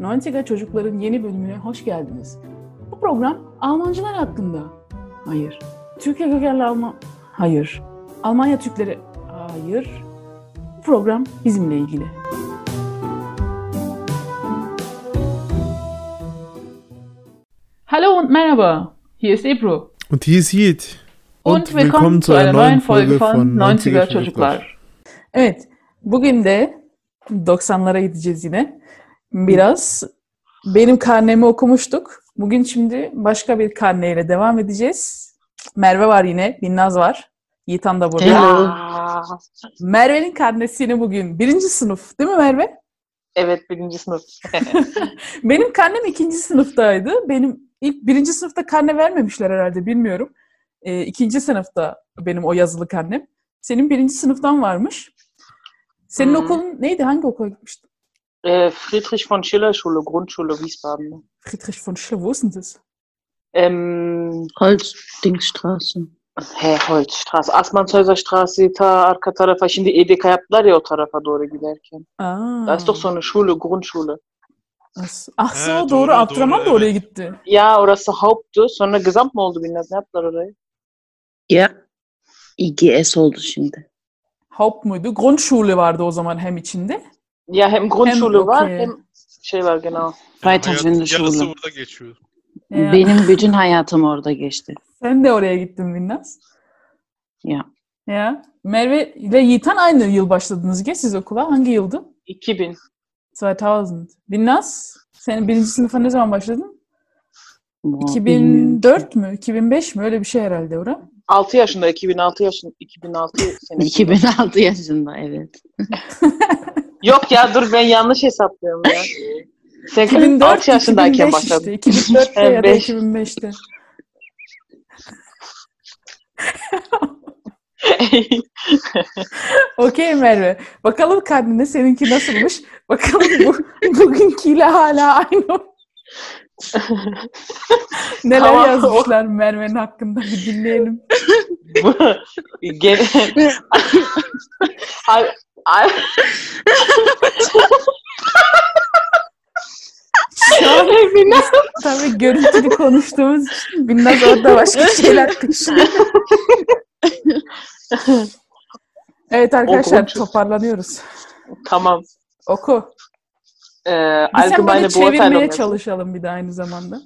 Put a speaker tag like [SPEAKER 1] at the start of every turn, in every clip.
[SPEAKER 1] Dantiga Çocukların yeni bölümüne hoş geldiniz. Bu program Almancılar hakkında. Hayır. Türkiye kökenli Alman... Hayır. Almanya Türkleri... Hayır. Bu program bizimle ilgili. Hallo und merhaba. Hier ist Ebru.
[SPEAKER 2] Und hier ist Yiğit.
[SPEAKER 1] Und, willkommen zu einer neuen Folge von 90er Çocuklar. Evet, bugün de 90'lara gideceğiz yine. Biraz benim karnemi okumuştuk. Bugün şimdi başka bir karneyle devam edeceğiz. Merve var yine, Binnaz var. Yiğitan da burada.
[SPEAKER 3] Hello.
[SPEAKER 1] Merve'nin karnesini bugün birinci sınıf değil mi Merve?
[SPEAKER 3] Evet birinci sınıf.
[SPEAKER 1] Benim karnem ikinci sınıftaydı. Benim ilk birinci sınıfta karne vermemişler herhalde bilmiyorum. Ee, ikinci sınıfta benim o yazılı karnem. Senin birinci sınıftan varmış. Senin
[SPEAKER 3] Hmm.
[SPEAKER 1] okulun neydi? Hangi okula gitmiştin?
[SPEAKER 3] Äh, Friedrich von Schiller Schule, Grundschule Wiesbaden.
[SPEAKER 1] Friedrich von Schiller, wo ist denn das?
[SPEAKER 3] Ähm,
[SPEAKER 4] Holzdingsstraße.
[SPEAKER 3] he, Holzstraße, Asmanshäuser Straße ta arka tarafa şimdi EDK yaptılar ya o tarafa doğru giderken.
[SPEAKER 1] Aa.
[SPEAKER 3] Da ist doch so eine Schule, Grundschule.
[SPEAKER 1] As- Ah so,
[SPEAKER 2] He,
[SPEAKER 1] doğru,
[SPEAKER 2] doğru,
[SPEAKER 1] doğru.
[SPEAKER 2] doğru,
[SPEAKER 1] Abdurrahman da
[SPEAKER 2] evet.
[SPEAKER 1] oraya gitti.
[SPEAKER 3] Ya orası Haupt'tu. Sonra Gesamt mı oldu bilmez ne yaptılar orayı.
[SPEAKER 4] Ya. İGS oldu şimdi.
[SPEAKER 1] Haupt muydu? Grundschule vardı o zaman hem içinde.
[SPEAKER 3] Ya hem Grundschule
[SPEAKER 1] Hem,
[SPEAKER 3] var
[SPEAKER 1] okey.
[SPEAKER 3] hem şey var genau.
[SPEAKER 4] Freitagswende Schule.
[SPEAKER 2] burada geçiyor.
[SPEAKER 1] Ya,
[SPEAKER 4] Benim bütün hayatım orada geçti.
[SPEAKER 1] Ee, Sen de oraya gittin Binnaz.
[SPEAKER 4] Ya.
[SPEAKER 1] Ya. Merve ile Yiğitan aynı yıl başladınız ki siz okula. Hangi yıldı?
[SPEAKER 3] 2000.
[SPEAKER 1] 2000. Binnaz, senin birinci sınıfa ne zaman başladın?
[SPEAKER 4] Bu
[SPEAKER 1] 2004 mü? 2005 mi? Öyle bir şey herhalde orada.
[SPEAKER 3] 6 yaşında, 2006 yaşında, 2006 senesi.
[SPEAKER 4] 2006 yaşında evet.
[SPEAKER 3] Yok ya dur ben yanlış hesaplıyorum ya. Sen
[SPEAKER 1] 2004,
[SPEAKER 3] 6 yaşındayken
[SPEAKER 1] 2005
[SPEAKER 3] başladın.
[SPEAKER 1] işte. 2004'te ya da
[SPEAKER 3] 2005.
[SPEAKER 1] 2005'te. Okey Merve. Bakalım karnında seninki nasılmış? Bakalım bu, bugünküyle hala aynı. mı? Neler
[SPEAKER 3] Tamam.
[SPEAKER 1] yazmışlar Merve'nin hakkında bir dinleyelim.
[SPEAKER 3] Bu- Gene... ay, ay,
[SPEAKER 1] Şu an biz tabii görüntülü konuştuğumuz için Binnaz orada başka şeyler peşinde. evet arkadaşlar
[SPEAKER 3] Okumuşuz.
[SPEAKER 1] toparlanıyoruz.
[SPEAKER 3] tamam.
[SPEAKER 1] Oku.
[SPEAKER 3] Ee,
[SPEAKER 1] Biz sen
[SPEAKER 3] allgemeine
[SPEAKER 1] böyle çevirmeye
[SPEAKER 3] Beurteilung.
[SPEAKER 1] çalışalım bir de aynı zamanda.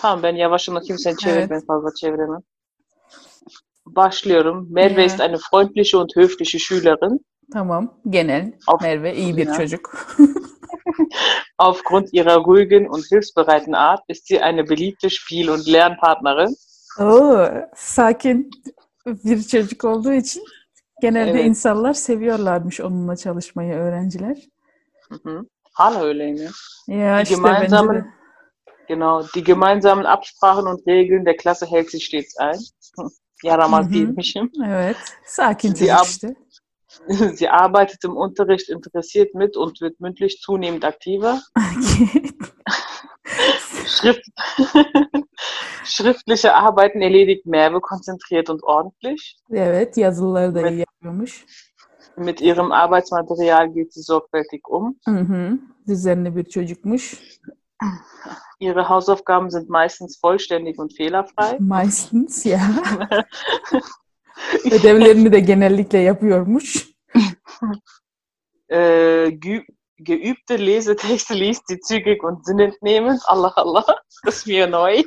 [SPEAKER 3] Tamam ben yavaşım bakayım seni çevir
[SPEAKER 1] Evet.
[SPEAKER 3] ben fazla çeviremem. Başlıyorum. Merve
[SPEAKER 1] Ja.
[SPEAKER 3] ist eine freundliche und höfliche Schülerin.
[SPEAKER 1] Tamam. Genel.
[SPEAKER 3] Of.
[SPEAKER 1] Merve iyi bir
[SPEAKER 3] Ya.
[SPEAKER 1] çocuk.
[SPEAKER 3] Aufgrund ihrer ruhigen und hilfsbereiten Art ist sie eine beliebte Spiel- und Lernpartnerin.
[SPEAKER 1] Oo, sakin bir çocuk olduğu için genelde
[SPEAKER 3] Evet.
[SPEAKER 1] insanlar seviyorlarmış onunla çalışmayı öğrenciler.
[SPEAKER 3] Mhm. Hala öyle mi?
[SPEAKER 1] Ya işte bence
[SPEAKER 3] Gemeinsame-
[SPEAKER 1] de.
[SPEAKER 3] Genau. Die gemeinsamen Absprachen und Regeln der Klasse hält sie stets ein. Yaramaz
[SPEAKER 1] Mhm.
[SPEAKER 3] değilmişim.
[SPEAKER 1] Evet. Sakin
[SPEAKER 3] Sie
[SPEAKER 1] çocuk
[SPEAKER 3] ab-
[SPEAKER 1] işte.
[SPEAKER 3] Sie arbeitet im Unterricht interessiert mit und wird mündlich zunehmend aktiver. Schrift Schriftliche Arbeiten erledigt Merve konzentriert und ordentlich.
[SPEAKER 1] evet yazılıları da
[SPEAKER 3] Evet.
[SPEAKER 1] iyi yapıyormuş.
[SPEAKER 3] Mit ihrem Arbeitsmaterial geht sie sorgfältig um.
[SPEAKER 1] Hı hı. Düzenli bir çocukmuş.
[SPEAKER 3] Ihre Hausaufgaben sind meistens vollständig und fehlerfrei.
[SPEAKER 1] Meistens ya. Ödevlerini de genellikle yapıyormuş.
[SPEAKER 3] Äh, geü- geübte Lesetexte liest sie zügig und sinnentnehmend. Allah Allah, das ist mir neu.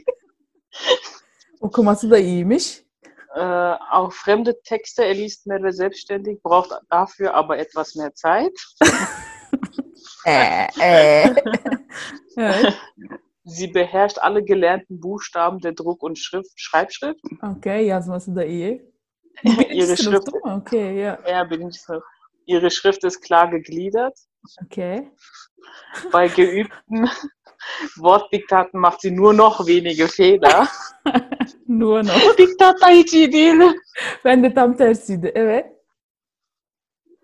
[SPEAKER 1] Okuması da iyiymiş.
[SPEAKER 3] Äh, auch fremde Texte erliest Merve selbstständig, braucht dafür aber etwas mehr Zeit.
[SPEAKER 1] Evet.
[SPEAKER 3] Sie beherrscht alle gelernten Buchstaben der Druck- und Schrift, Schreibschrift.
[SPEAKER 1] Okey yazması da iyi.
[SPEAKER 3] ihre, Schrift,
[SPEAKER 1] Sınıfta mı? Okey ya.
[SPEAKER 3] ja, bin ich so. ihre Schrift ist klar gegliedert.
[SPEAKER 1] Okey.
[SPEAKER 3] Bei geübten Wortdiktaten macht sie nur noch wenige Fehler.
[SPEAKER 1] Nur no.
[SPEAKER 3] Diktat Taichi Dele.
[SPEAKER 1] Ben de tam tersiydi. Evet.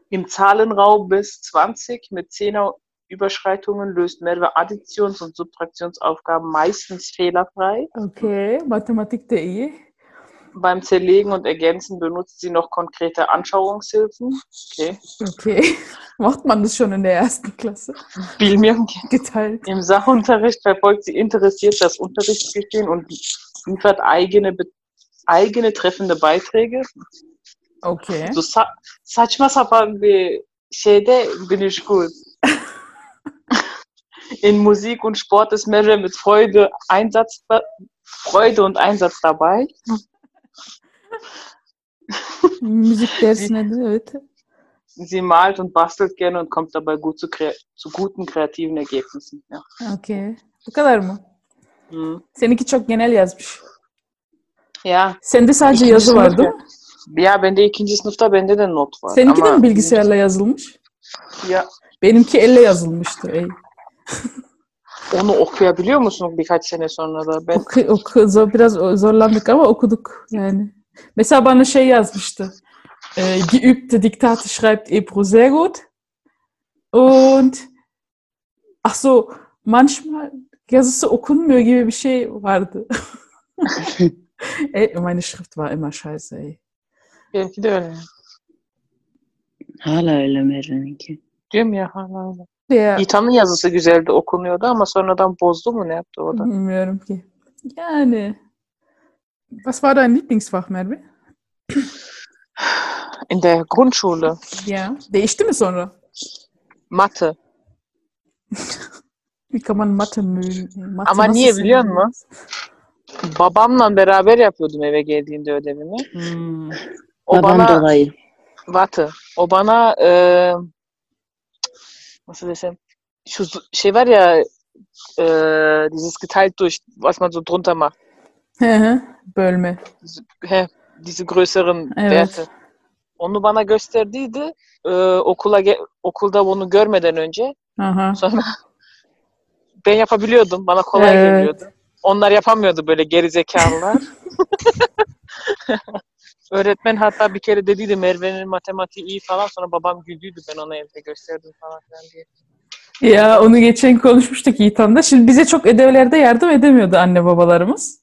[SPEAKER 3] Im Zahlenraum bis 20 mit 10er Überschreitungen löst Merve Additions- und Subtraktionsaufgaben meistens fehlerfrei.
[SPEAKER 1] Okey. Matematik de iyi.
[SPEAKER 3] Beim Zerlegen und Ergänzen benutzt sie noch konkrete Anschauungshilfen. Okay.
[SPEAKER 1] Okay. Macht man das schon in der ersten Klasse?
[SPEAKER 3] Bilmium
[SPEAKER 1] Geteilt.
[SPEAKER 3] Im Sachunterricht verfolgt sie interessiert das Unterrichtsgeschehen und liefert eigene, Be- eigene treffende Beiträge.
[SPEAKER 1] Okay.
[SPEAKER 3] So sa saçma sapan bir şeyde bin ich gut. In Musik und Sport ist Merve mit Freude, Einsatz, Freude und Einsatz dabei.
[SPEAKER 1] Müzik dersine de evet.
[SPEAKER 3] Sie malt und bastelt gerne und kommt dabei gut zu, kre- zu guten kreativen Ergebnissen. Ja.
[SPEAKER 1] Okay. Bu kadar mı?
[SPEAKER 3] Hm.
[SPEAKER 1] Seninki çok genel yazmış.
[SPEAKER 3] ja.
[SPEAKER 1] Sende sadece
[SPEAKER 3] İkinci
[SPEAKER 1] yazı var
[SPEAKER 3] sınıfta-
[SPEAKER 1] değil mi?
[SPEAKER 3] Ya bende ikinci sınıfta bende de not var.
[SPEAKER 1] Seninki de
[SPEAKER 3] Ama-
[SPEAKER 1] mi bilgisayarla yazılmış?
[SPEAKER 3] Ya,
[SPEAKER 1] Benimki elle yazılmıştı. Ey.
[SPEAKER 3] onu okuyabiliyor musun birkaç sene sonra da? Ben
[SPEAKER 1] Oku, oku, zor, biraz zorlandık ama okuduk yani. Mesela bana şey yazmıştı. Ee, geübte Diktate schreibt Ebro sehr gut. Und ach so, manchmal yazısı okunmuyor gibi bir şey vardı. ey, meine Schrift war immer scheiße ey.
[SPEAKER 3] benimki de öyle.
[SPEAKER 4] Hala öyle Merve'ninki.
[SPEAKER 3] Diyorum ya hala öyle.
[SPEAKER 1] Ya,
[SPEAKER 3] İtan'ın yazısı güzeldi okunuyordu ama sonradan bozdu mu ne yaptı o da?
[SPEAKER 1] bilmiyorum ki. Yani. Was war dein Lieblingsfach Merve?
[SPEAKER 3] In der Grundschule.
[SPEAKER 1] Ja. Değişti mi sonra?
[SPEAKER 3] Mathe.
[SPEAKER 1] Wie kann man Mathe mögen? Mathe
[SPEAKER 3] Ama
[SPEAKER 1] nasıl
[SPEAKER 3] niye biliyor
[SPEAKER 1] sevilmez?
[SPEAKER 3] musun? Babamla beraber yapıyordum eve geldiğinde ödevimi.
[SPEAKER 1] Hmm.
[SPEAKER 3] O
[SPEAKER 4] Babam
[SPEAKER 3] bana
[SPEAKER 4] dolayı.
[SPEAKER 3] Mathe. O bana e, nasıl desem şu z- şey var ya e, dieses geteilt durch was man so drunter macht.
[SPEAKER 1] Hı hı, Bölme.
[SPEAKER 3] He, diese größeren
[SPEAKER 1] Evet.
[SPEAKER 3] Werte. Onu bana gösterdiydi. e, okula ge- okulda bunu görmeden önce
[SPEAKER 1] Aha.
[SPEAKER 3] sonra ben yapabiliyordum. Bana kolay
[SPEAKER 1] Evet.
[SPEAKER 3] geliyordu. Onlar yapamıyordu böyle gerizekalılar. Öğretmen hatta bir kere dediydi Merve'nin matematiği iyi falan. Sonra babam güldüydü ben ona evde gösterdim falan filan diye.
[SPEAKER 1] Ya onu geçen konuşmuştuk İtan'da. Şimdi bize çok ödevlerde yardım edemiyordu anne babalarımız.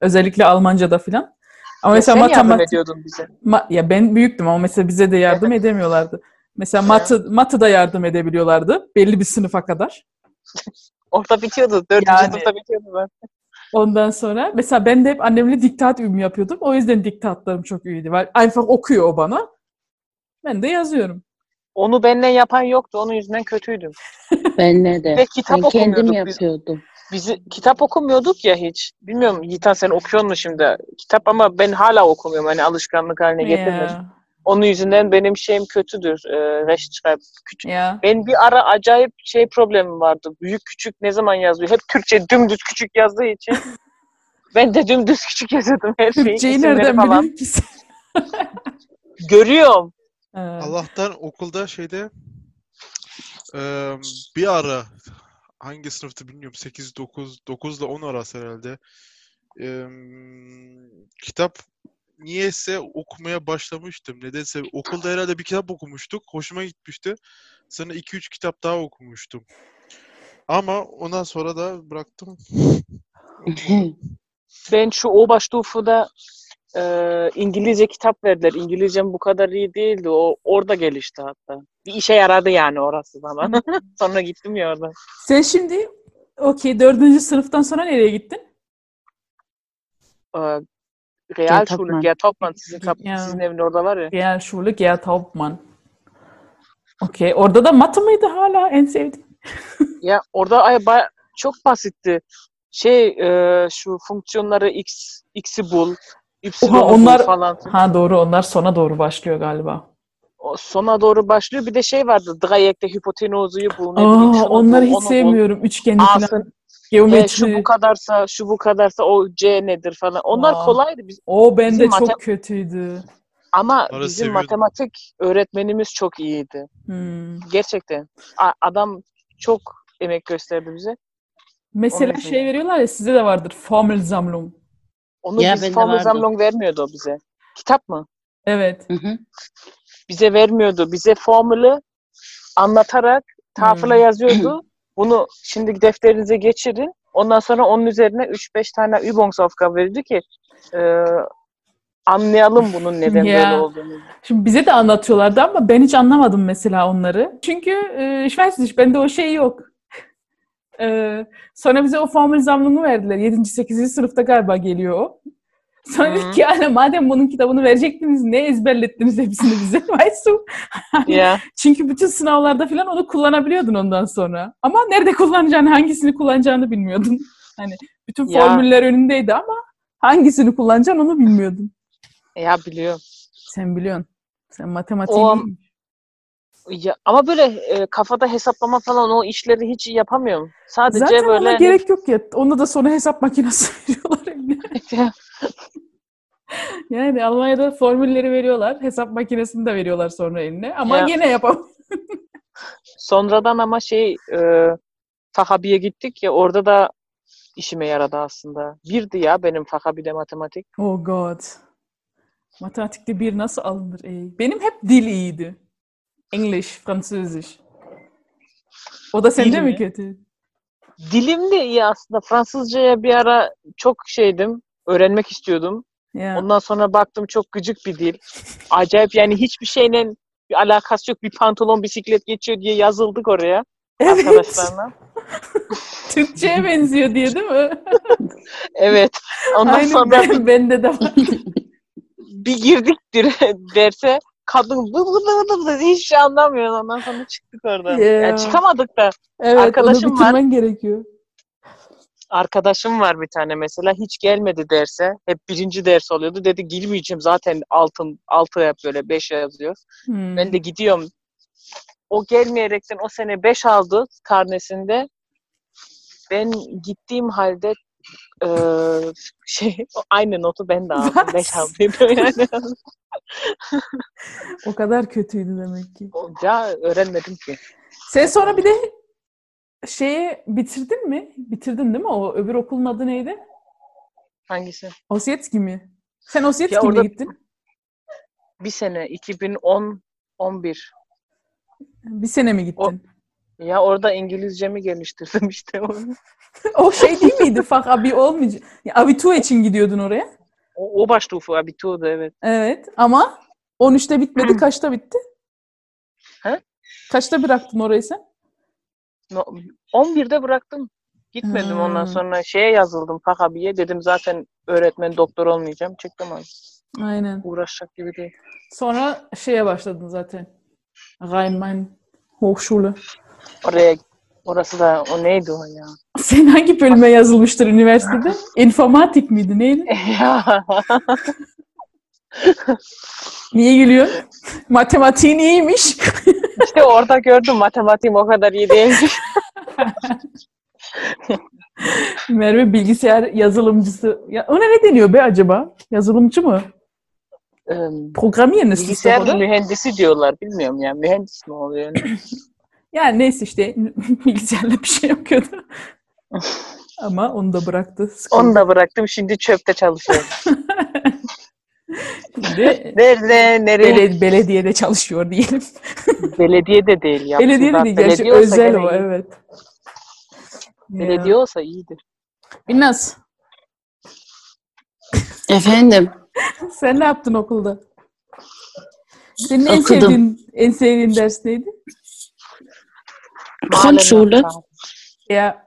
[SPEAKER 1] Özellikle Almanca'da filan. Ama
[SPEAKER 3] Ya
[SPEAKER 1] mesela
[SPEAKER 3] sen yardım
[SPEAKER 1] matematik...
[SPEAKER 3] ediyordun bize.
[SPEAKER 1] ma- ya ben büyüktüm ama mesela bize de yardım edemiyorlardı. Mesela matı, matı da yardım edebiliyorlardı. Belli bir sınıfa kadar.
[SPEAKER 3] Orada bitiyordu. Dördüncü
[SPEAKER 1] Yani.
[SPEAKER 3] sınıfta bitiyordu ben.
[SPEAKER 1] Ondan sonra mesela ben de hep annemle diktat ümü yapıyordum. O yüzden diktatlarım çok iyiydi. Var- Einfach okuyor o bana. Ben de yazıyorum.
[SPEAKER 3] Onu benden yapan yoktu. Onun yüzünden kötüydüm.
[SPEAKER 4] Ben ne de.
[SPEAKER 3] Ve kitap
[SPEAKER 4] Ben kendim
[SPEAKER 3] okumuyorduk biz.
[SPEAKER 4] yapıyordum.
[SPEAKER 3] Bizi kitap okumuyorduk ya hiç. Bilmiyorum Yiğitan sen okuyor musun şimdi kitap ama ben hala okumuyorum. Hani alışkanlık haline getirmedim.
[SPEAKER 1] Ya.
[SPEAKER 3] Onun yüzünden benim şeyim kötüdür. E, rechtschreib.
[SPEAKER 1] Ya.
[SPEAKER 3] Ben bir ara acayip şey problemim vardı. Büyük küçük ne zaman yazıyor? Hep Türkçe dümdüz küçük yazdığı için. ben de dümdüz küçük yazıyordum her şeyi.
[SPEAKER 1] Türkçeyi
[SPEAKER 3] isimleri
[SPEAKER 1] nereden
[SPEAKER 3] falan.
[SPEAKER 1] biliyorsun ki sen?
[SPEAKER 3] Görüyorum.
[SPEAKER 1] Ha.
[SPEAKER 2] Allah'tan okulda şeyde eee, bir ara hangi sınıftı bilmiyorum 8 9 9 ile 10 arası herhalde eee, kitap niyeyse okumaya başlamıştım. Nedense okulda herhalde bir kitap okumuştuk. Hoşuma gitmişti. Sonra 2 3 kitap daha okumuştum. Ama ondan sonra da bıraktım.
[SPEAKER 3] Ben şu Oberstufe'da e, İngilizce kitap verdiler. İngilizcem bu kadar iyi değildi. O orada gelişti hatta. Bir işe yaradı yani orası bana. Sonra gittim ya orada.
[SPEAKER 1] Ee, Sen şimdi okey dördüncü sınıftan sonra nereye gittin?
[SPEAKER 3] E, Real
[SPEAKER 4] Topman.
[SPEAKER 3] Schule, Gerd Topman sizin, kap-
[SPEAKER 1] Ya.
[SPEAKER 3] sizin evin orada var ya.
[SPEAKER 1] Real Schule Gerhard Hauptmann. Okey. Orada da matı mıydı hala en sevdiğin?
[SPEAKER 3] Ya orada ay ba- çok basitti. Şey e, şu fonksiyonları x x'i bul, y'yi
[SPEAKER 1] Oha,
[SPEAKER 3] bul
[SPEAKER 1] onlar-
[SPEAKER 3] falan.
[SPEAKER 1] Ha doğru onlar sona doğru başlıyor galiba.
[SPEAKER 3] O sona doğru başlıyor. Bir de şey vardı. Dreieckte hipotenuzuyu bul. ne bileyim
[SPEAKER 1] Aa,
[SPEAKER 3] şunu bul,
[SPEAKER 1] onları
[SPEAKER 3] onu
[SPEAKER 1] hiç
[SPEAKER 3] bul.
[SPEAKER 1] sevmiyorum. Üçgeni
[SPEAKER 3] Aa,
[SPEAKER 1] falan.
[SPEAKER 3] E, şu bu
[SPEAKER 1] Geometri.
[SPEAKER 3] kadarsa, şu bu kadarsa o C nedir falan. Onlar
[SPEAKER 1] Aa.
[SPEAKER 3] kolaydı biz
[SPEAKER 1] O bende
[SPEAKER 3] bizim
[SPEAKER 1] çok
[SPEAKER 3] matem-
[SPEAKER 1] kötüydü.
[SPEAKER 3] ama
[SPEAKER 2] Onları
[SPEAKER 3] bizim
[SPEAKER 2] seviyordum.
[SPEAKER 3] matematik öğretmenimiz çok iyiydi.
[SPEAKER 1] Hmm.
[SPEAKER 3] Gerçekten. A- adam çok emek gösterdi bize.
[SPEAKER 1] Mesela
[SPEAKER 3] Onun için.
[SPEAKER 1] şey veriyorlar ya size de vardır. Formelsammlung.
[SPEAKER 3] Onu
[SPEAKER 4] Ya,
[SPEAKER 3] biz
[SPEAKER 4] bende
[SPEAKER 3] Formel
[SPEAKER 4] vardı.
[SPEAKER 3] Sammlung vermiyordu o bize. Kitap mı?
[SPEAKER 1] Evet.
[SPEAKER 4] Hı hı.
[SPEAKER 3] Bize vermiyordu. Bize formülü anlatarak tafıla
[SPEAKER 1] Hmm.
[SPEAKER 3] yazıyordu. Bunu şimdi defterinize geçirin. Ondan sonra onun üzerine 3-5 tane Übungsofka verdi ki e, anlayalım bunun neden
[SPEAKER 1] Ya.
[SPEAKER 3] böyle olduğunu.
[SPEAKER 1] Şimdi bize de anlatıyorlardı ama ben hiç anlamadım mesela onları. Çünkü e, ich weiß nicht, bende o şey yok. E, sonra bize o formül zammını verdiler. 7. 8. sınıfta galiba geliyor o. Sonra
[SPEAKER 3] Hı.
[SPEAKER 1] dedik ki yani madem bunun kitabını verecektiniz ne ezberlettiniz hepsini bize? Weißt du?
[SPEAKER 3] Ya.
[SPEAKER 1] Çünkü bütün sınavlarda falan onu kullanabiliyordun ondan sonra. Ama nerede kullanacağını, hangisini kullanacağını bilmiyordun. Hani bütün
[SPEAKER 3] Ya.
[SPEAKER 1] formüller önündeydi ama hangisini kullanacaksın onu bilmiyordun.
[SPEAKER 3] E ya biliyorum.
[SPEAKER 1] Sen biliyorsun. Sen matematik
[SPEAKER 3] O- Ya, ama böyle e, kafada hesaplama falan o işleri hiç yapamıyorum. Sadece
[SPEAKER 1] Zaten
[SPEAKER 3] böyle hani
[SPEAKER 1] ona gerek yok ya. Ona da sonra hesap makinesi veriyorlar eline. Yani Almanya'da formülleri veriyorlar. Hesap makinesini de veriyorlar sonra eline. Ama
[SPEAKER 3] Ya.
[SPEAKER 1] yine yapamıyor.
[SPEAKER 3] sonradan ama şey e, Fahabi'ye gittik ya orada da işime yaradı aslında. Birdi ya benim Fahabi'de matematik.
[SPEAKER 1] Oh god. Matematikte bir nasıl alınır? ey? Benim hep dil iyiydi. English, Fransızış. O da sende
[SPEAKER 3] Dil
[SPEAKER 1] mi
[SPEAKER 3] mi?
[SPEAKER 1] kötü?
[SPEAKER 3] Dilim de iyi aslında. Fransızcaya bir ara çok şeydim. Öğrenmek istiyordum.
[SPEAKER 1] Ya.
[SPEAKER 3] Ondan sonra baktım çok gıcık bir dil. Acayip yani hiçbir şeyle bir alakası yok. Bir pantolon bisiklet geçiyor diye yazıldık oraya
[SPEAKER 1] Evet.
[SPEAKER 3] arkadaşlarla.
[SPEAKER 1] Türkçe'ye benziyor diye değil mi?
[SPEAKER 3] Evet. Ondan
[SPEAKER 1] Aynı
[SPEAKER 3] sonra
[SPEAKER 1] ben, bende de var.
[SPEAKER 3] bir girdik dire- derse kadın bı bı bı bı bı hiç şey anlamıyor. Ondan sonra çıktık oradan.
[SPEAKER 1] Ya.
[SPEAKER 3] Yani çıkamadık da.
[SPEAKER 1] Evet,
[SPEAKER 3] Arkadaşım
[SPEAKER 1] onu
[SPEAKER 3] var.
[SPEAKER 1] bitirmen gerekiyor.
[SPEAKER 3] Arkadaşım var bir tane mesela hiç gelmedi derse. Hep birinci ders oluyordu. Dedi girmeyeceğim zaten altın altı yap böyle beş yazıyor.
[SPEAKER 1] Hmm.
[SPEAKER 3] Ben de gidiyorum. O gelmeyerekten o sene 5 aldı karnesinde. Ben gittiğim halde eee, şey aynı notu ben de aldım. 5 aldıydım yani.
[SPEAKER 1] O kadar kötüydü demek ki.
[SPEAKER 3] Ya öğrenmedim ki.
[SPEAKER 1] Sen sonra bir de şeyi bitirdin mi? Bitirdin değil mi? O öbür okulun adı neydi?
[SPEAKER 3] Hangisi?
[SPEAKER 1] Osyetski mi? Sen Osyetski'ye
[SPEAKER 3] orada-
[SPEAKER 1] gittin.
[SPEAKER 3] Bir sene 2010 11.
[SPEAKER 1] Bir sene mi
[SPEAKER 3] O-
[SPEAKER 1] gittin?
[SPEAKER 3] Ya orada İngilizcemi geliştirdim işte. O,
[SPEAKER 1] O, şey değil miydi? Fak abi olmayacak. Ya, Abitur için gidiyordun oraya.
[SPEAKER 3] o baştufu abitudu evet.
[SPEAKER 1] Evet ama 13'te bitmedi. Kaçta bitti?
[SPEAKER 3] He?
[SPEAKER 1] Kaçta bıraktın orayı sen?
[SPEAKER 3] No- 11'de bıraktım. Gitmedim ondan
[SPEAKER 1] Hmm.
[SPEAKER 3] sonra şeye yazıldım Fakabi'ye. Dedim zaten öğretmen doktor olmayacağım. Çıktım abi.
[SPEAKER 1] Aynen.
[SPEAKER 3] Uğraşacak gibi değil.
[SPEAKER 1] Sonra şeye başladın zaten. Rhein-Main Hochschule.
[SPEAKER 3] Oraya orası da o neydi o ya?
[SPEAKER 1] Sen hangi bölüme yazılmıştır üniversitede? Informatik miydi? Neydi?
[SPEAKER 3] Ya,
[SPEAKER 1] Niye gülüyorsun? Matematiğin iyiymiş.
[SPEAKER 3] işte orada gördüm matematiğim o kadar iyi değilmiş.
[SPEAKER 1] Merve bilgisayar yazılımcısı. Ya ona ne deniyor be acaba? Yazılımcı mı?
[SPEAKER 3] Eee,
[SPEAKER 1] Programyer ne
[SPEAKER 3] Bilgisayar
[SPEAKER 1] sınıfta burada?
[SPEAKER 3] mühendisi diyorlar. Bilmiyorum ya mühendis mi oluyor?
[SPEAKER 1] Yani neyse işte bilgisayarla bir şey yapıyordu. Ama onu da bıraktı. Sıkıldı.
[SPEAKER 3] Onu da bıraktım. Şimdi çöpte çalışıyorum.
[SPEAKER 1] Şimdi
[SPEAKER 3] Nerede? Nereye?
[SPEAKER 1] bele- belediyede çalışıyor diyelim.
[SPEAKER 3] Belediye de değil ya.
[SPEAKER 1] Belediye de
[SPEAKER 3] Bak,
[SPEAKER 1] değil. gerçi
[SPEAKER 3] olsa
[SPEAKER 1] özel
[SPEAKER 3] gene
[SPEAKER 1] o
[SPEAKER 3] iyi.
[SPEAKER 1] evet.
[SPEAKER 3] Belediye olsa iyidir.
[SPEAKER 1] Binnaz
[SPEAKER 4] Efendim.
[SPEAKER 1] sen ne yaptın okulda? Senin en
[SPEAKER 4] Okudum.
[SPEAKER 1] sevdiğin, en sevdiğin ders neydi?
[SPEAKER 4] Grundschule.
[SPEAKER 1] Ya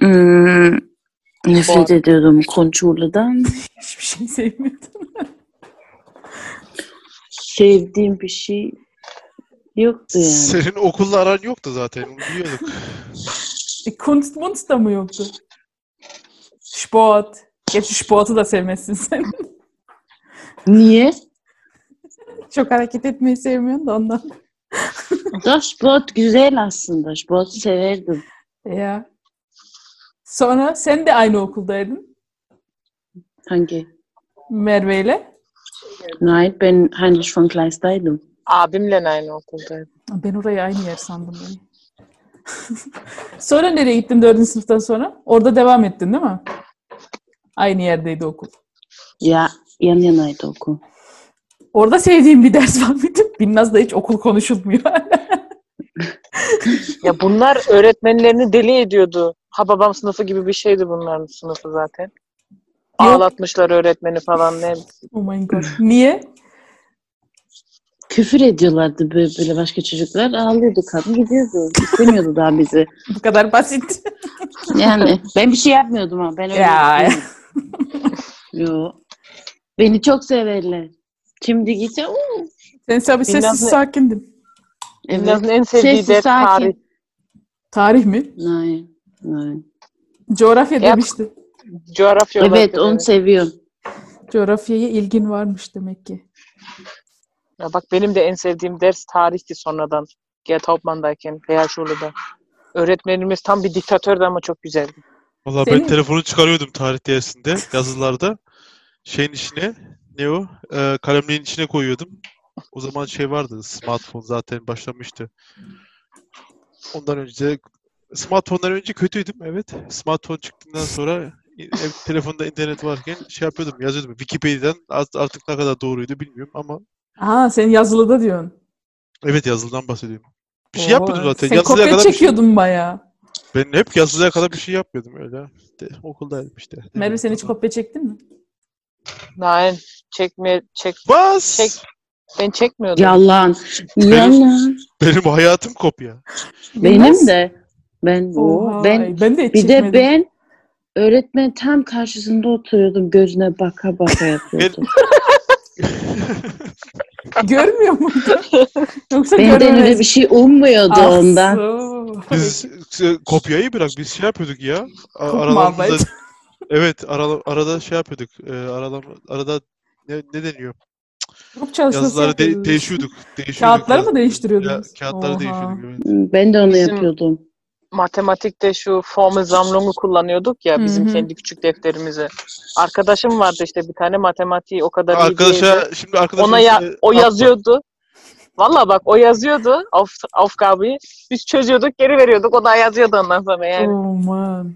[SPEAKER 4] Hmm, nefret ediyordum Grundschule'dan.
[SPEAKER 1] hiçbir şey sevmiyordum.
[SPEAKER 4] Sevdiğim bir şey yoktu yani.
[SPEAKER 2] Senin okulla aran yoktu zaten. Onu biliyorduk.
[SPEAKER 1] E, Kunst munst da mı yoktu? Sport. Gerçi sportu da sevmezsin sen.
[SPEAKER 4] Niye?
[SPEAKER 1] Çok hareket etmeyi sevmiyorsun da ondan.
[SPEAKER 4] Da sport güzel aslında. Sport severdim.
[SPEAKER 1] Ya. Sonra sen de aynı okuldaydın
[SPEAKER 4] Hangi?
[SPEAKER 1] Merve'yle.
[SPEAKER 4] Nein, ben Heinrich von Kleist'taydım.
[SPEAKER 3] Abimle aynı okuldaydı.
[SPEAKER 1] Ben orayı aynı yer sandım. Yani. sonra nereye gittin dördüncü sınıftan sonra? Orada devam ettin değil mi? Aynı yerdeydi okul.
[SPEAKER 4] Ya yan yanaydı okul.
[SPEAKER 1] Orada sevdiğim bir ders var mıydı? Binnaz'da hiç okul konuşulmuyor.
[SPEAKER 3] Ya bunlar öğretmenlerini deli ediyordu. Hababam sınıfı gibi bir şeydi bunların sınıfı zaten. Ağlatmışlar öğretmeni falan ne.
[SPEAKER 1] Oh my god. Niye?
[SPEAKER 4] Küfür ediyorlardı böyle, böyle başka çocuklar. Ağlıyordu kadın gidiyordu. İstemiyordu daha bizi.
[SPEAKER 1] Bu kadar basit.
[SPEAKER 4] Yani ben bir şey yapmıyordum ama ben öyle
[SPEAKER 1] ya.
[SPEAKER 4] yapıyordum. Yo. Beni çok severler. Şimdi gitse "Oo,
[SPEAKER 1] Sen tabii
[SPEAKER 3] Bilmem
[SPEAKER 1] sessiz
[SPEAKER 3] ne-
[SPEAKER 1] sakindin.
[SPEAKER 4] evet.
[SPEAKER 3] Bilal'ın en sevdiği
[SPEAKER 4] Sessiz,
[SPEAKER 3] ders
[SPEAKER 4] sakin.
[SPEAKER 3] tarih.
[SPEAKER 1] Tarih mi?
[SPEAKER 4] Hayır. Hayır.
[SPEAKER 1] Coğrafya
[SPEAKER 3] Yap.
[SPEAKER 1] demişti.
[SPEAKER 3] Coğrafya
[SPEAKER 4] Evet
[SPEAKER 3] olarak-
[SPEAKER 4] onu seviyorum.
[SPEAKER 1] Coğrafyaya ilgin varmış demek ki.
[SPEAKER 3] Ya bak benim de en sevdiğim ders tarihti sonradan. G. Taubman'dayken PHU'da. Öğretmenimiz tam bir diktatördü ama çok güzeldi.
[SPEAKER 2] Valla
[SPEAKER 1] Senin-
[SPEAKER 2] ben telefonu çıkarıyordum tarih dersinde, yazılarda. Şeyin içine, ne o? Ee, kalemliğin içine koyuyordum. O zaman şey vardı, smartphone zaten başlamıştı. Ondan önce, smartphone'dan önce kötüydüm, evet. Smartphone çıktığından sonra i- ev- telefonda internet varken şey yapıyordum, yazıyordum. Wikipedia'dan art- artık ne kadar doğruydu bilmiyorum ama
[SPEAKER 1] Aha sen yazılıda diyorsun.
[SPEAKER 2] evet yazılıdan bahsediyorum. Bir şey
[SPEAKER 1] Oo,
[SPEAKER 2] yapmadım zaten.
[SPEAKER 1] Sen
[SPEAKER 2] yazılıya
[SPEAKER 1] kopya
[SPEAKER 2] kadar bir şey-
[SPEAKER 1] çekiyordun bayağı.
[SPEAKER 2] Ben hep yazılıya kadar bir şey yapmıyordum öyle. De, okuldaydım işte.
[SPEAKER 1] Merve sen hiç
[SPEAKER 2] Bilmiyorum.
[SPEAKER 1] kopya çektin mi?
[SPEAKER 3] Nein çekme çek
[SPEAKER 2] Bas!
[SPEAKER 3] Çek- ben çekmiyordum.
[SPEAKER 4] Yalan. Yalan.
[SPEAKER 2] Benim hayatım kopya.
[SPEAKER 4] Benim de. Ben
[SPEAKER 1] Oha,
[SPEAKER 4] ben
[SPEAKER 1] ben de hiç
[SPEAKER 4] bir de
[SPEAKER 1] çekmedim.
[SPEAKER 4] ben öğretmen tam karşısında oturuyordum gözüne baka baka yapıyordum.
[SPEAKER 1] Görmüyor muydu? Yoksa
[SPEAKER 4] Benden
[SPEAKER 1] görmemez-
[SPEAKER 4] öyle bir şey ummuyordu
[SPEAKER 1] Ah,
[SPEAKER 4] ondan.
[SPEAKER 1] so.
[SPEAKER 2] Biz e, kopyayı bırak biz şey yapıyorduk ya. A-
[SPEAKER 1] Çok
[SPEAKER 2] aralarımızda-
[SPEAKER 1] muhabbet.
[SPEAKER 2] evet arala- arada şey yapıyorduk. E, aralam- arada ne, ne deniyor?
[SPEAKER 1] Grup çalışması
[SPEAKER 2] Yazıları de-
[SPEAKER 1] yapıyordunuz.
[SPEAKER 2] değişiyorduk. değişiyorduk.
[SPEAKER 1] Kağıtları mı
[SPEAKER 2] Ya-
[SPEAKER 1] değiştiriyordunuz?
[SPEAKER 2] Ya, kağıtları
[SPEAKER 1] Oha.
[SPEAKER 2] değişiyorduk. Evet.
[SPEAKER 4] Ben de onu
[SPEAKER 3] Bizim-
[SPEAKER 4] yapıyordum.
[SPEAKER 3] Matematikte şu formu zamlonu kullanıyorduk ya bizim
[SPEAKER 1] Hı hı.
[SPEAKER 3] kendi küçük defterimize. Arkadaşım vardı işte bir tane matematiği o kadar iyi değildi.
[SPEAKER 2] Arkadaşa "Ah, şimdi arkadaşa
[SPEAKER 3] Ona ya,
[SPEAKER 2] işte-
[SPEAKER 3] o yazıyordu. Valla bak o yazıyordu Af, Afk abi. Biz çözüyorduk geri veriyorduk. O da yazıyordu ondan sonra yani.
[SPEAKER 1] Oh man.